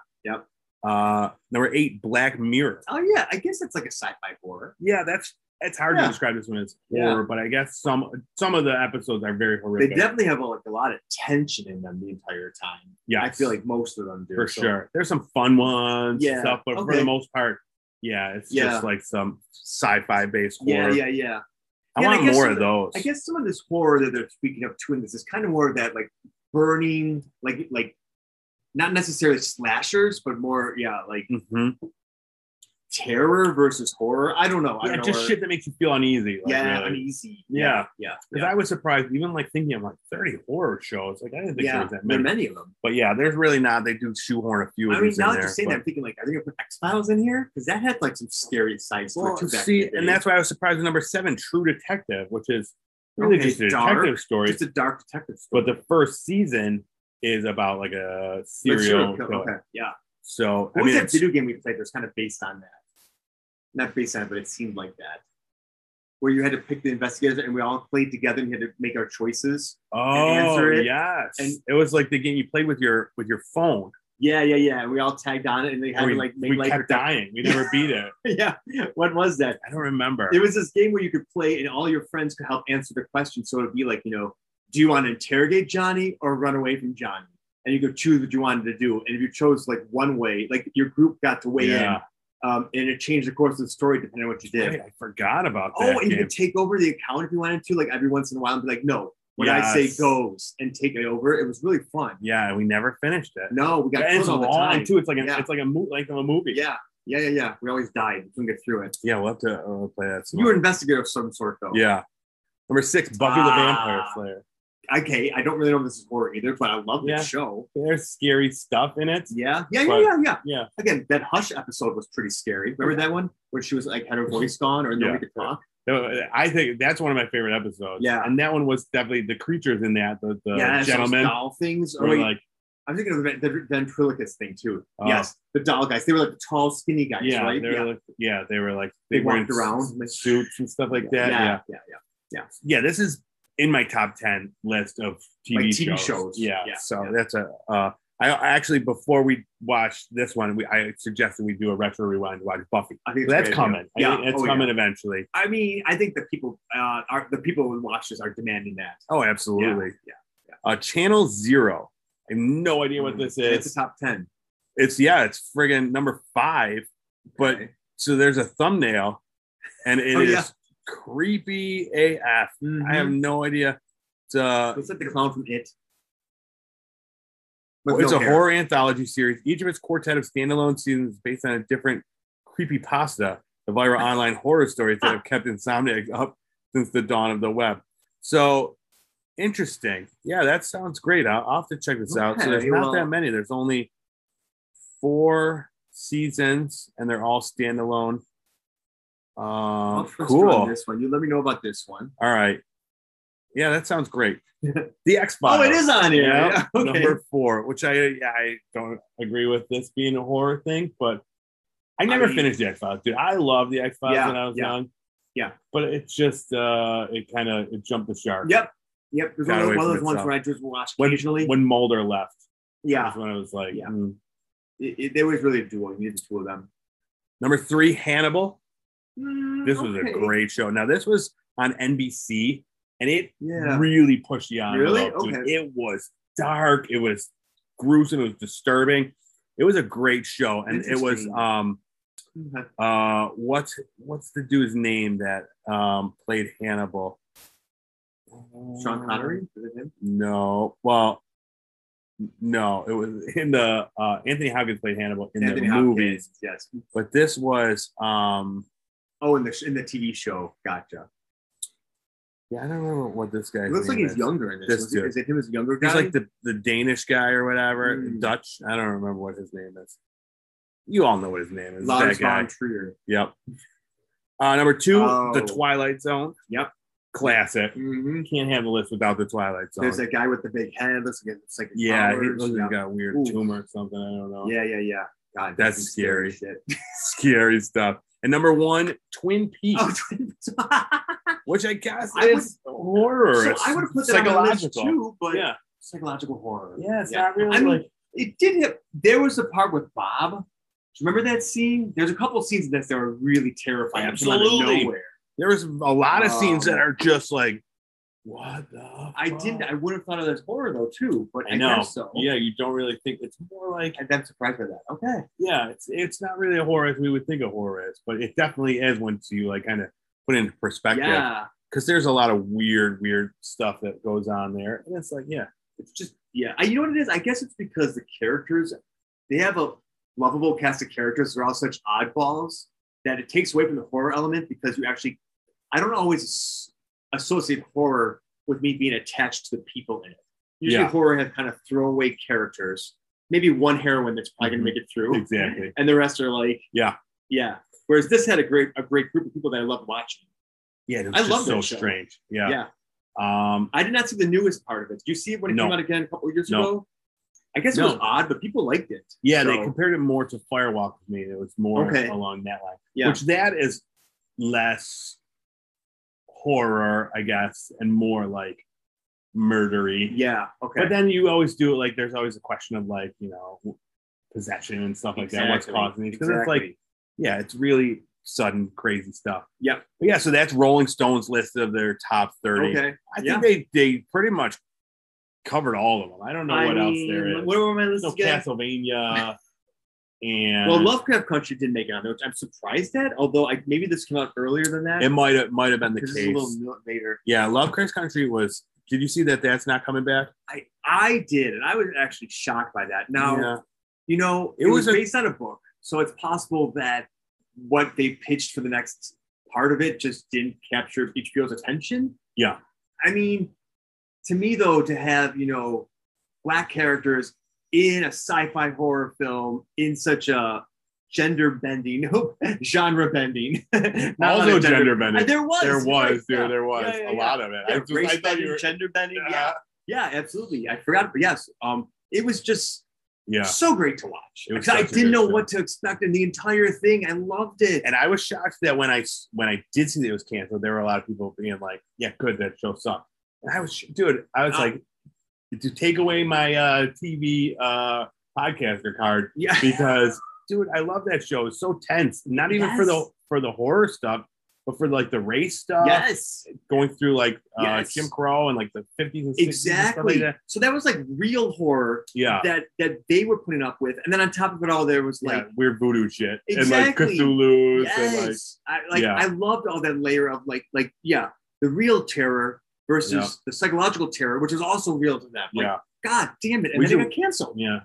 S1: Uh, number eight, Black Mirror.
S2: Oh, yeah. I guess that's like a sci-fi horror.
S1: Yeah, that's it's hard
S2: Yeah.
S1: to describe this when it's
S2: Yeah.
S1: horror, but I guess some some of the episodes are very
S2: They
S1: horrific.
S2: definitely have like a lot of tension in them the entire time.
S1: Yes.
S2: I feel like most of them do.
S1: for
S2: so-
S1: sure. There's some fun ones, and
S2: Yeah,
S1: stuff, but for
S2: okay.
S1: the most part, yeah, it's
S2: Yeah.
S1: just like some sci-fi based
S2: Yeah,
S1: horror. I
S2: yeah, yeah. Yeah, and I
S1: want
S2: guess
S1: more
S2: some
S1: of
S2: of
S1: those.
S2: I guess some of this horror that they're speaking of too in this is kind of more of that like burning, like like not necessarily slashers, but more yeah, like
S1: Mhm.
S2: terror versus horror. I don't know. I
S1: Yeah,
S2: don't know
S1: just
S2: where-
S1: shit that makes you feel uneasy. Like,
S2: yeah,
S1: really.
S2: uneasy.
S1: Yeah.
S2: yeah.
S1: Because I was surprised, even like thinking of like 30 horror shows. Like I didn't think
S2: yeah.
S1: there was that
S2: there are
S1: many.
S2: many of them.
S1: But yeah, there's really not. They do shoehorn a few of
S2: I mean,
S1: these
S2: now
S1: in
S2: that
S1: there.
S2: you say that,
S1: but-
S2: I'm thinking like, are they gonna put X Files in here? Because that had like some scary sides to
S1: Well,
S2: it too back
S1: see,
S2: in the
S1: and
S2: day.
S1: that's why I was surprised with number seven, True Detective, which is really
S2: Okay,
S1: just a
S2: dark,
S1: detective story.
S2: just a dark detective story.
S1: But the first season is about like a
S2: Like,
S1: serial, killer.
S2: Okay, yeah.
S1: So
S2: What
S1: I
S2: was
S1: mean,
S2: that
S1: it's,
S2: video game we played that was kind of based on that? Not based on it, but it seemed like that. Where you had to pick the investigator and we all played together and you had to make our choices.
S1: oh
S2: answer it,
S1: yes,
S2: and-
S1: it was like the game you played with your with your phone.
S2: Yeah, yeah, yeah. And we all tagged on it and they
S1: And
S2: had
S1: Oh, we
S2: to like make
S1: we
S2: like
S1: kept dying. We never beat it.
S2: Yeah. What was that?
S1: I don't remember.
S2: It was this game where you could play and all your friends could help answer the question. So it'd be like, you know, do you want to interrogate Johnny or run away from Johnny? And you could choose what you wanted to do. And if you chose like one way, like your group got to weigh
S1: yeah.
S2: in um, and it changed the course of the story depending on what you did.
S1: Wait, I forgot about that
S2: Oh, and you
S1: game.
S2: could take over the account if you wanted to, like every once in a while, and be like, no, when I
S1: Yes.
S2: say goes and take it over. It was really fun.
S1: Yeah, we never finished it.
S2: No, we got
S1: and
S2: killed
S1: it's
S2: all the
S1: long
S2: time.
S1: too. It's like a,
S2: Yeah.
S1: it's like a mo- like a movie.
S2: Yeah, yeah, yeah, yeah. We always died. We couldn't get through it.
S1: yeah. We'll have to uh, play that. some
S2: You were
S1: other-
S2: an investigator of some sort, though.
S1: Yeah. Number six, Buffy the Vampire
S2: Ah.
S1: Slayer.
S2: Okay, I don't really know if this is horror either, but I love
S1: Yeah.
S2: this show.
S1: There's scary stuff in it.
S2: Yeah, yeah, yeah,
S1: But-
S2: yeah, yeah.
S1: Yeah.
S2: Again, that Hush episode was pretty scary. Remember that one where she was like had her voice gone or nobody
S1: Mm-hmm. Yeah.
S2: could talk?
S1: That- I think that's one of my favorite episodes.
S2: Yeah.
S1: And that one was definitely the creatures in that, the, the
S2: yeah, so those
S1: gentlemen.
S2: doll things. Oh,
S1: were
S2: wait,
S1: like,
S2: I'm thinking of the, the ventriloquist thing too.
S1: Oh.
S2: Yes, the doll guys. They were like the tall, skinny guys,
S1: yeah,
S2: right?
S1: they were like, yeah, they were like,
S2: They
S1: were in
S2: walked around, like-
S1: suits and stuff like that. Yeah.
S2: yeah,
S1: yeah.
S2: yeah,
S1: This is in my top 10 list of TV,
S2: Like TV
S1: shows.
S2: shows.
S1: Yeah.
S2: Yeah,
S1: So
S2: yeah.
S1: that's a, uh, I I actually, before we watch this one, we, I suggested we do a retro rewind to watch Buffy.
S2: I think
S1: So
S2: it's a
S1: that's
S2: great
S1: coming.
S2: idea.
S1: Yeah.
S2: Yeah,
S1: it's
S2: oh, yeah.
S1: coming eventually.
S2: I mean, I think the people uh, are the people who watch this are demanding that.
S1: Oh, absolutely.
S2: Yeah,
S1: Uh, Channel Zero. I have no idea what this
S2: And It's
S1: is.
S2: a top ten.
S1: It's yeah, it's friggin' number five. But
S2: Okay.
S1: so there's a thumbnail, and it is
S2: Oh, yeah.
S1: creepy AF. I have
S2: Mhm.
S1: no idea. It's uh, a,
S2: It's like the clown from It. With
S1: Oh, it's
S2: no
S1: a
S2: hair.
S1: horror anthology series. Each of its quartet of standalone seasons based on a different creepy pasta, the viral online horror stories that have kept Insomniac up since the dawn of the web. So interesting. Yeah, that sounds great. I'll, I'll have to check this out. So there's
S2: Okay,
S1: not
S2: well-
S1: that many. There's only four seasons, and they're all standalone.
S2: I'll
S1: Um,
S2: trust you
S1: cool.
S2: on This one, you let me know about this one.
S1: All right. Yeah, that sounds great. The X Files.
S2: Oh, it is on here.
S1: Yeah,
S2: Yeah, Okay.
S1: number four, which I I don't agree with this being a horror thing, but I never
S2: mean-
S1: finished the X Files, dude. I loved the X Files
S2: Yeah,
S1: when I was
S2: yeah,
S1: young.
S2: yeah.
S1: but it's just uh, it kind of it jumped the shark.
S2: Yep. Yep. There's
S1: Got
S2: one, of-
S1: away
S2: one of
S1: from
S2: those ones
S1: itself.
S2: where I just watch
S1: When-
S2: occasionally.
S1: When Mulder left,
S2: yeah.
S1: that's when I was like,
S2: Yeah.
S1: mm.
S2: It, it, there was really a duo. You needed two of them.
S1: number three, Hannibal.
S2: Mm,
S1: This was
S2: okay.
S1: a great show. Now this was on NBC, and it
S2: Yeah.
S1: really pushed the envelope.
S2: Really?
S1: dude.
S2: Okay.
S1: It was dark. It was gruesome. It was disturbing. It was a great show, and it was
S2: Interesting.
S1: um.
S2: Mm-hmm.
S1: uh what's what's the dude's name that um played Hannibal?
S2: Sean Connery. Is it him?
S1: No. Well, n- no, it was in the uh Anthony Hopkins played Hannibal in
S2: Anthony
S1: the
S2: Hopkins,
S1: movies.
S2: Yes.
S1: But this was um
S2: Oh, in the sh- in the TV show. Gotcha.
S1: yeah, I don't remember what this guy
S2: It looks like he's
S1: is.
S2: younger in this.
S1: This
S2: Was he-
S1: dude.
S2: is it him as a younger guy?
S1: He's like the, the Danish guy or whatever,
S2: Mm.
S1: Dutch. I don't remember what his name is. You all know what his name is.
S2: Lars
S1: that guy.
S2: von Trier.
S1: Yep. Uh, number two, The
S2: Oh.
S1: Twilight Zone.
S2: Yep.
S1: Classic.
S2: Mhm.
S1: You can't have the list without the Twilight Zone.
S2: There's that guy with the big head. Looks like it's like
S1: yeah, he
S2: powers.
S1: looks like he got a weird
S2: Ooh.
S1: tumor or something. I don't know.
S2: yeah, yeah, yeah. God,
S1: That's
S2: some shit.
S1: Scary stuff. And number one, Twin Peaks,
S2: Oh, Twin Peaks.
S1: which I guess
S2: I would-
S1: is horror.
S2: so
S1: It's
S2: I would have put that on my list
S1: psychological.
S2: too, but
S1: Yeah.
S2: psychological horror.
S1: Yeah, it's
S2: Yeah.
S1: not really
S2: I mean,
S1: like
S2: It did have. There was a part with Bob. Do you remember that scene? There's a couple of scenes in this that were really terrifying. Absolutely. Out of
S1: Absolutely.
S2: nowhere.
S1: there's a lot of scenes
S2: Um,
S1: that are just like, what the?
S2: I
S1: fuck?
S2: didn't. I would have thought of it as horror though too, but I,
S1: I know.
S2: guess so.
S1: Yeah, you don't really think it's more like
S2: And I'm surprised by that. Okay.
S1: yeah, it's it's not really a horror as we would think a horror is, but it definitely is once you like kind of put it into perspective.
S2: Yeah.
S1: Because there's a lot of weird, weird stuff that goes on there, and it's like yeah,
S2: It's just yeah. I, you know what it is? I guess it's because the characters they have a lovable cast of characters. They're all such oddballs that it takes away from the horror element because you actually I don't always as- associate horror with me being attached to the people in it. Usually
S1: Yeah.
S2: horror has kind of throwaway characters. Maybe one heroine that's probably
S1: Mhm.
S2: gonna make it through.
S1: exactly.
S2: And the rest are like
S1: Yeah.
S2: Yeah. Whereas this had a great a great group of people that I loved watching.
S1: Yeah, it was
S2: I
S1: just
S2: love
S1: so
S2: that show.
S1: strange. Yeah.
S2: yeah.
S1: Um,
S2: I did not see the newest part of it. Did you see it when it
S1: No.
S2: came out again a couple years
S1: No.
S2: ago? I guess it was
S1: No.
S2: odd, but people liked it.
S1: yeah, they
S2: So-
S1: compared it more to Firewalk with me. and It was more
S2: Okay.
S1: along that line.
S2: Yeah.
S1: which that is less horror, I guess, and more like murdery.
S2: yeah. Okay.
S1: But then you always do it like there's always a question of like you know possession and stuff like that. What's
S2: Exactly.
S1: causing it? Because it's like
S2: Exactly.
S1: yeah, it's really sudden crazy stuff.
S2: Yep.
S1: But yeah, so that's Rolling Stone's list of their top thirty.
S2: okay.
S1: I
S2: Yeah.
S1: think they they pretty much covered all of them. I don't know what else there is.
S2: What were my lists
S1: no
S2: again?
S1: Castlevania and
S2: Well, Lovecraft Country didn't make it on there, which I'm surprised at. Although I, maybe this came out earlier than that.
S1: it might have might have been the
S2: This
S1: case.
S2: is a little no- later.
S1: Yeah, Lovecraft Country was. Did you see that? That's not coming back.
S2: I I did, and I was actually shocked by that. Now
S1: Yeah.
S2: you know
S1: It
S2: it,
S1: was
S2: was,
S1: a-
S2: based on a book, so it's possible that what they pitched for the next part of it just didn't capture HBO's attention.
S1: yeah,
S2: I mean, to me though, to have you know black characters in a sci-fi horror film in such a gender bending, genre bending,
S1: also gender bending.
S2: There was,
S1: There was,
S2: yeah.
S1: dude. There was
S2: Yeah, yeah,
S1: a
S2: yeah.
S1: lot of it.
S2: Yeah,
S1: I, just,
S2: race
S1: I thought
S2: bending,
S1: you were.
S2: gender bending.
S1: Yeah.
S2: Yeah. yeah, absolutely. I forgot, but yes, um, it was just
S1: Yeah,
S2: so great to watch
S1: It was
S2: because I
S1: such a
S2: didn't
S1: good
S2: know
S1: show.
S2: what to expect, and the entire thing, I loved it.
S1: and I was shocked that when I s- when I did see that it was canceled, there were a lot of people being like, "Yeah, good, that show sucked." And I was, sh- dude, I was
S2: Oh.
S1: like, to take away my uh, TV uh, podcaster card
S2: yeah,
S1: because, dude, I love that show. It's so tense. Not even for the
S2: Yes.
S1: for the horror stuff, but for like the race stuff.
S2: yes,
S1: going through like uh,
S2: Yes.
S1: Jim Crow and like the 50s and 60s. And stuff like
S2: exactly.
S1: that.
S2: So that was like real horror
S1: Yeah.
S2: that that they were putting up with, and then on top of it all, there was
S1: yeah.
S2: like
S1: Weird voodoo shit.
S2: Exactly.
S1: And like Cthulhu's and like,
S2: yes, I, like
S1: yeah.
S2: I loved all that layer of like like yeah, the real terror versus
S1: Yeah.
S2: the psychological terror, which is also real to them. Like,
S1: yeah.
S2: God damn it! And
S1: We
S2: then
S1: do-
S2: it got canceled.
S1: Yeah.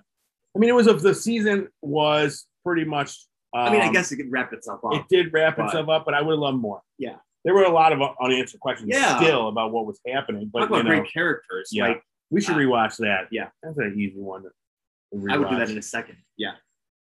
S1: I mean, it was of the season was pretty much. Um,
S2: I mean, I guess it could wrap itself up.
S1: it did wrap
S2: but-
S1: itself up, but I would have loved more.
S2: Yeah.
S1: There were a lot of unanswered questions
S2: Yeah.
S1: still about what was happening, but
S2: Talk about
S1: you know,
S2: great characters.
S1: yeah.
S2: Like
S1: we should
S2: uh,
S1: rewatch that.
S2: yeah.
S1: That's an easy one to rewatch.
S2: I would do that in a second. Yeah.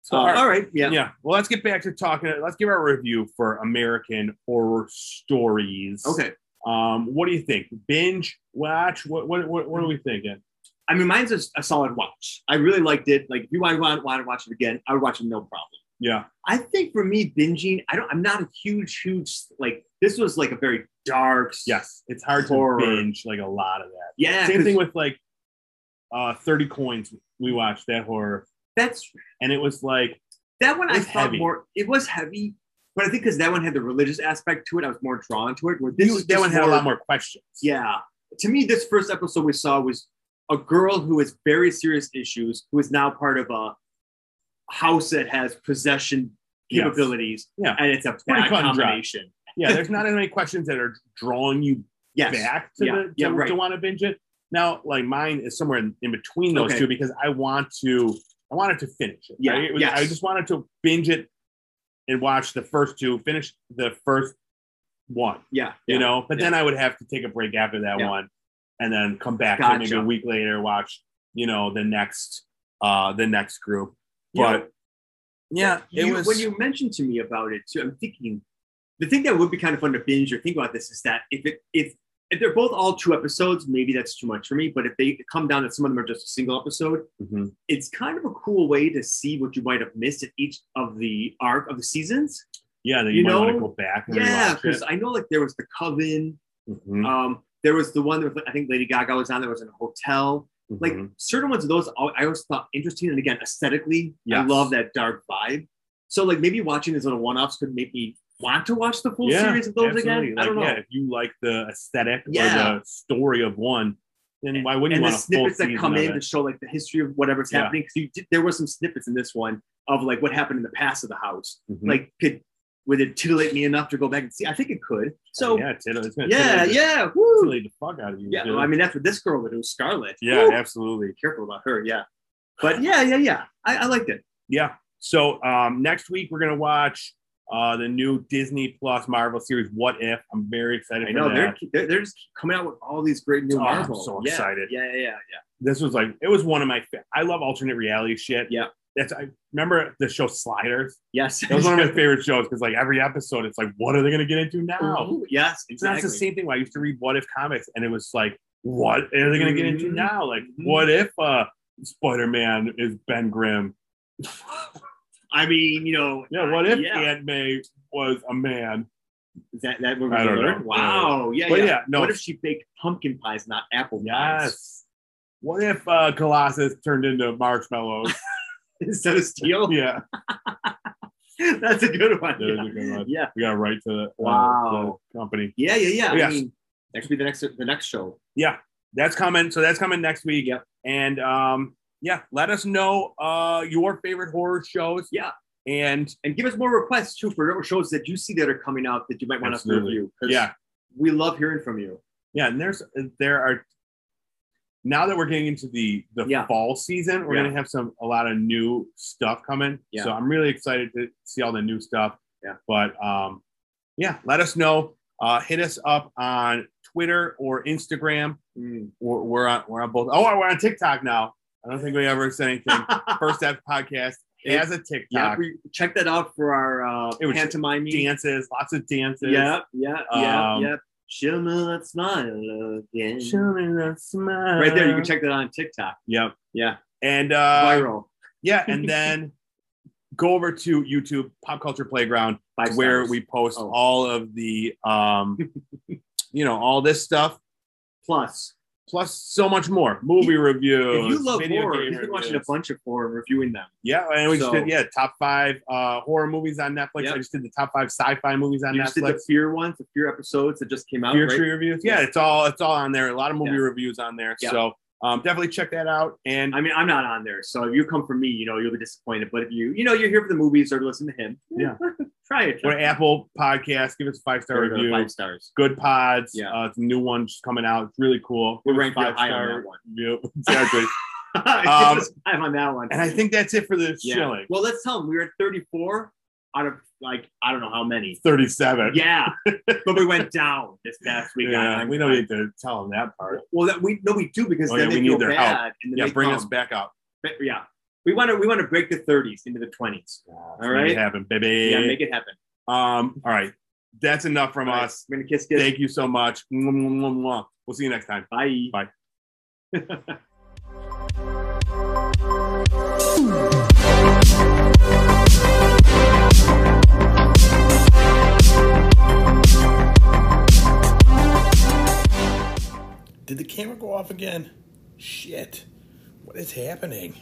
S1: So,
S2: Uh,
S1: all right.
S2: all right. Yeah.
S1: Yeah. Well, let's get back to talking. Let's give our review for American Horror Stories.
S2: Okay.
S1: Um, what do you think? Binge watch? What what what, what are we thinking?
S2: I mean, mine's a, a solid watch. I really liked it. Like, if you want, want, want to watch it again, I would watch it no problem.
S1: Yeah,
S2: I think for me, binging, I don't. I'm not a huge, huge like. This was like a very dark.
S1: yes, it's hard
S2: Horror.
S1: to binge like a lot of that.
S2: Yeah.
S1: Same
S2: 'cause
S1: thing with like uh, Thirty Coins. We watched that horror,
S2: That's
S1: and it was like
S2: That one
S1: It
S2: I
S1: was
S2: thought
S1: heavy.
S2: more. It was heavy, but I think because that one had the religious aspect to it, I was more drawn to it. Where this
S1: you-
S2: is
S1: that
S2: just
S1: one had a lot more questions.
S2: Yeah, to me, this first episode we saw was a girl who has very serious issues, who is now part of a house that has possession
S1: Yes.
S2: capabilities.
S1: Yeah.
S2: and it's a
S1: pretty
S2: bad
S1: cut and dry.
S2: combination.
S1: yeah. There's not as many questions that are drawing you
S2: Yes.
S1: back to
S2: Yeah.
S1: the to,
S2: Yeah, right.
S1: to want to binge it. Now, like mine is somewhere in, in between those
S2: Okay.
S1: two because I want to I wanted to finish it.
S2: Yeah,
S1: right? It was-
S2: yes.
S1: I just wanted to binge it and watch the first two, finish the first one,
S2: Yeah,
S1: you know. But
S2: yeah.
S1: then I would have to take a break after that
S2: Yeah.
S1: one, and then come back to it maybe
S2: Gotcha.
S1: a week later, watch you know the next uh the next group. But yeah, it
S2: You-
S1: was
S2: when you mentioned to me about it too. I'm thinking the thing that would be kind of fun to binge or think about this is that if it if if they're both all two episodes, maybe that's too much for me. But if they come down that some of them are just a single episode,
S1: Mhm.
S2: it's kind of a cool way to see what you might have missed at each of the arc of the seasons.
S1: Yeah, then you,
S2: You
S1: might want to
S2: know?
S1: go back. And
S2: Yeah,
S1: rewatch it.
S2: because I know like there was the Coven.
S1: Mhm,
S2: Um, there was the one that was, I think Lady Gaga was on. That was in a hotel. Like
S1: mhm.
S2: certain ones of those, I I always thought interesting. And again, aesthetically, I
S1: Yes.
S2: love that dark vibe. So like maybe watching these little one-offs could make me want to watch the full
S1: yeah,
S2: series of those
S1: absolutely.
S2: again. I don't know.
S1: Like, Yeah, if you like the aesthetic
S2: Yeah.
S1: or the story of one, then why wouldn't you
S2: and the
S1: want a full
S2: snippets
S1: season
S2: that come
S1: of
S2: in to
S1: it?
S2: show like the history of whatever's
S1: Yeah.
S2: happening because you did, there were some snippets in this one of like what happened in the past of the house
S1: Mhm.
S2: like could would it titillate me enough to go back and see i think it could so
S1: yeah,
S2: yeah
S1: it's, it's gonna
S2: yeah
S1: titillate the-
S2: yeah, woo.
S1: titillate the fuck out of you.
S2: yeah
S1: dude.
S2: well, i mean that's what this girl would do scarlet
S1: Mm-hmm. yeah,
S2: Woo.
S1: absolutely.
S2: careful about her yeah but yeah yeah yeah i, I liked it
S1: Yeah. So um, next week we're gonna watch uh, the new Disney Plus Marvel series What If. I'm very excited.
S2: i
S1: for
S2: know
S1: that.
S2: they're, they're they're just coming out with all these great new
S1: Oh, I'm
S2: marvel
S1: so
S2: Yeah,
S1: excited.
S2: yeah yeah yeah, yeah.
S1: this was like it was one of my fa- I love alternate reality shit.
S2: Yeah.
S1: That's I remember the show Sliders.
S2: yes
S1: That was one of my favorite shows because like every episode it's like what are they gonna get into now?
S2: Ooh, yes
S1: It's not
S2: exactly.
S1: the same thing. When I used to read What If comics and it was like what are they gonna get into
S2: Mhm.
S1: now? Like
S2: Mhm.
S1: what if uh Spider Man is Ben Grimm?
S2: i mean you know
S1: Yeah, what if
S2: Yeah.
S1: Aunt May was a man?
S2: that that we're
S1: I
S2: gonna
S1: don't
S2: learn
S1: know.
S2: wow yeah
S1: But
S2: yeah.
S1: yeah, no.
S2: What if she baked pumpkin pies, not apple pies?
S1: Yes. What if uh Colossus turned into marshmallows?
S2: Instead of steel?
S1: yeah.
S2: That's a good one.
S1: That is
S2: yeah.
S1: a good one.
S2: Yeah.
S1: We got right to the, uh,
S2: Wow.
S1: the company.
S2: Yeah, yeah, yeah.
S1: Yes.
S2: I mean, that could be the next the next show.
S1: yeah that's coming so that's coming next week
S2: Yep.
S1: and um yeah let us know uh your favorite horror shows
S2: Yeah.
S1: and
S2: And give us more requests too for shows that you see that are coming out that you might want us to
S1: Absolutely.
S2: review. 'cause
S1: yeah
S2: We love hearing from you.
S1: yeah and there's uh, there are now that we're getting into the the
S2: Yeah.
S1: fall season we're
S2: Yeah.
S1: gonna have some a lot of new stuff coming
S2: Yeah.
S1: so i'm really excited to see all the new stuff
S2: Yeah.
S1: but um yeah let us know uh hit us up on twitter or instagram
S2: Mm.
S1: we're, we're on we're on both oh we're on tiktok now i don't think we ever said anything first step podcast has a tiktok
S2: yeah, we check that out for our uh,
S1: It was
S2: pantomime.
S1: dances, lots of dances.
S2: Yeah, yeah, yeah,
S1: Um,
S2: yeah. Show me that smile again.
S1: Showing that smile.
S2: Right there, you can check that out on TikTok.
S1: Yep.
S2: Yeah,
S1: And uh,
S2: viral.
S1: yeah, and then go over to YouTube, Pop Culture Playground,
S2: Five
S1: where
S2: stars.
S1: we post
S2: Oh.
S1: all of the, um, you know, all this stuff,
S2: plus
S1: plus so much more. Movie reviews.
S2: If you love
S1: video
S2: horror,
S1: game
S2: you've been watching a
S1: reviews.
S2: bunch of horror and reviewing them.
S1: Yeah, and we just
S2: So-
S1: did yeah top five uh, horror movies on Netflix.
S2: Yep.
S1: I just did the top five sci-fi movies on
S2: You just did the
S1: Netflix.
S2: Fear ones, the Fear episodes that just came out.
S1: Fear
S2: right?
S1: Tree reviews. Yeah, it's all it's all on there. A lot of movie
S2: Yeah.
S1: reviews on there.
S2: Yeah.
S1: So um, definitely check that out. And
S2: I mean, I'm not on there, so if you come for me, you know you'll be disappointed. But if you, you know, you're here for the movies or listen to him,
S1: Yeah.
S2: try it.
S1: we're Apple Podcast. Give us a five star
S2: There we go,
S1: review.
S2: five stars.
S1: Good pods.
S2: Yeah.
S1: Uh, it's a new one just coming out. It's really cool.
S2: We're
S1: Give us
S2: ranked real high on
S1: five-star
S2: that one.
S1: review. exactly.
S2: Give us five on that one.
S1: Um, and I think that's it for the
S2: Yeah.
S1: shilling.
S2: Well, let's tell him we were at 34 out of like I don't know how many.
S1: Thirty-seven.
S2: Yeah, but we went down this past week.
S1: Yeah,
S2: on-
S1: we don't need to tell them that part.
S2: Well, that we no, we do because
S1: Oh,
S2: then
S1: yeah,
S2: they
S1: we
S2: feel
S1: need their help.
S2: bad. And then
S1: Yeah,
S2: they
S1: bring
S2: come.
S1: us back up.
S2: But yeah, we want to we want to break the 30s into the 20s.
S1: All
S2: right.
S1: it happen, baby.
S2: Yeah, make it happen.
S1: um. All right, that's enough from
S2: All right,
S1: us.
S2: We're gonna kiss kiss.
S1: Thank you so much. Mwah, mwah, mwah, mwah. We'll see you next time.
S2: Bye.
S1: Bye.
S3: Did the camera go off again? Shit. What is happening?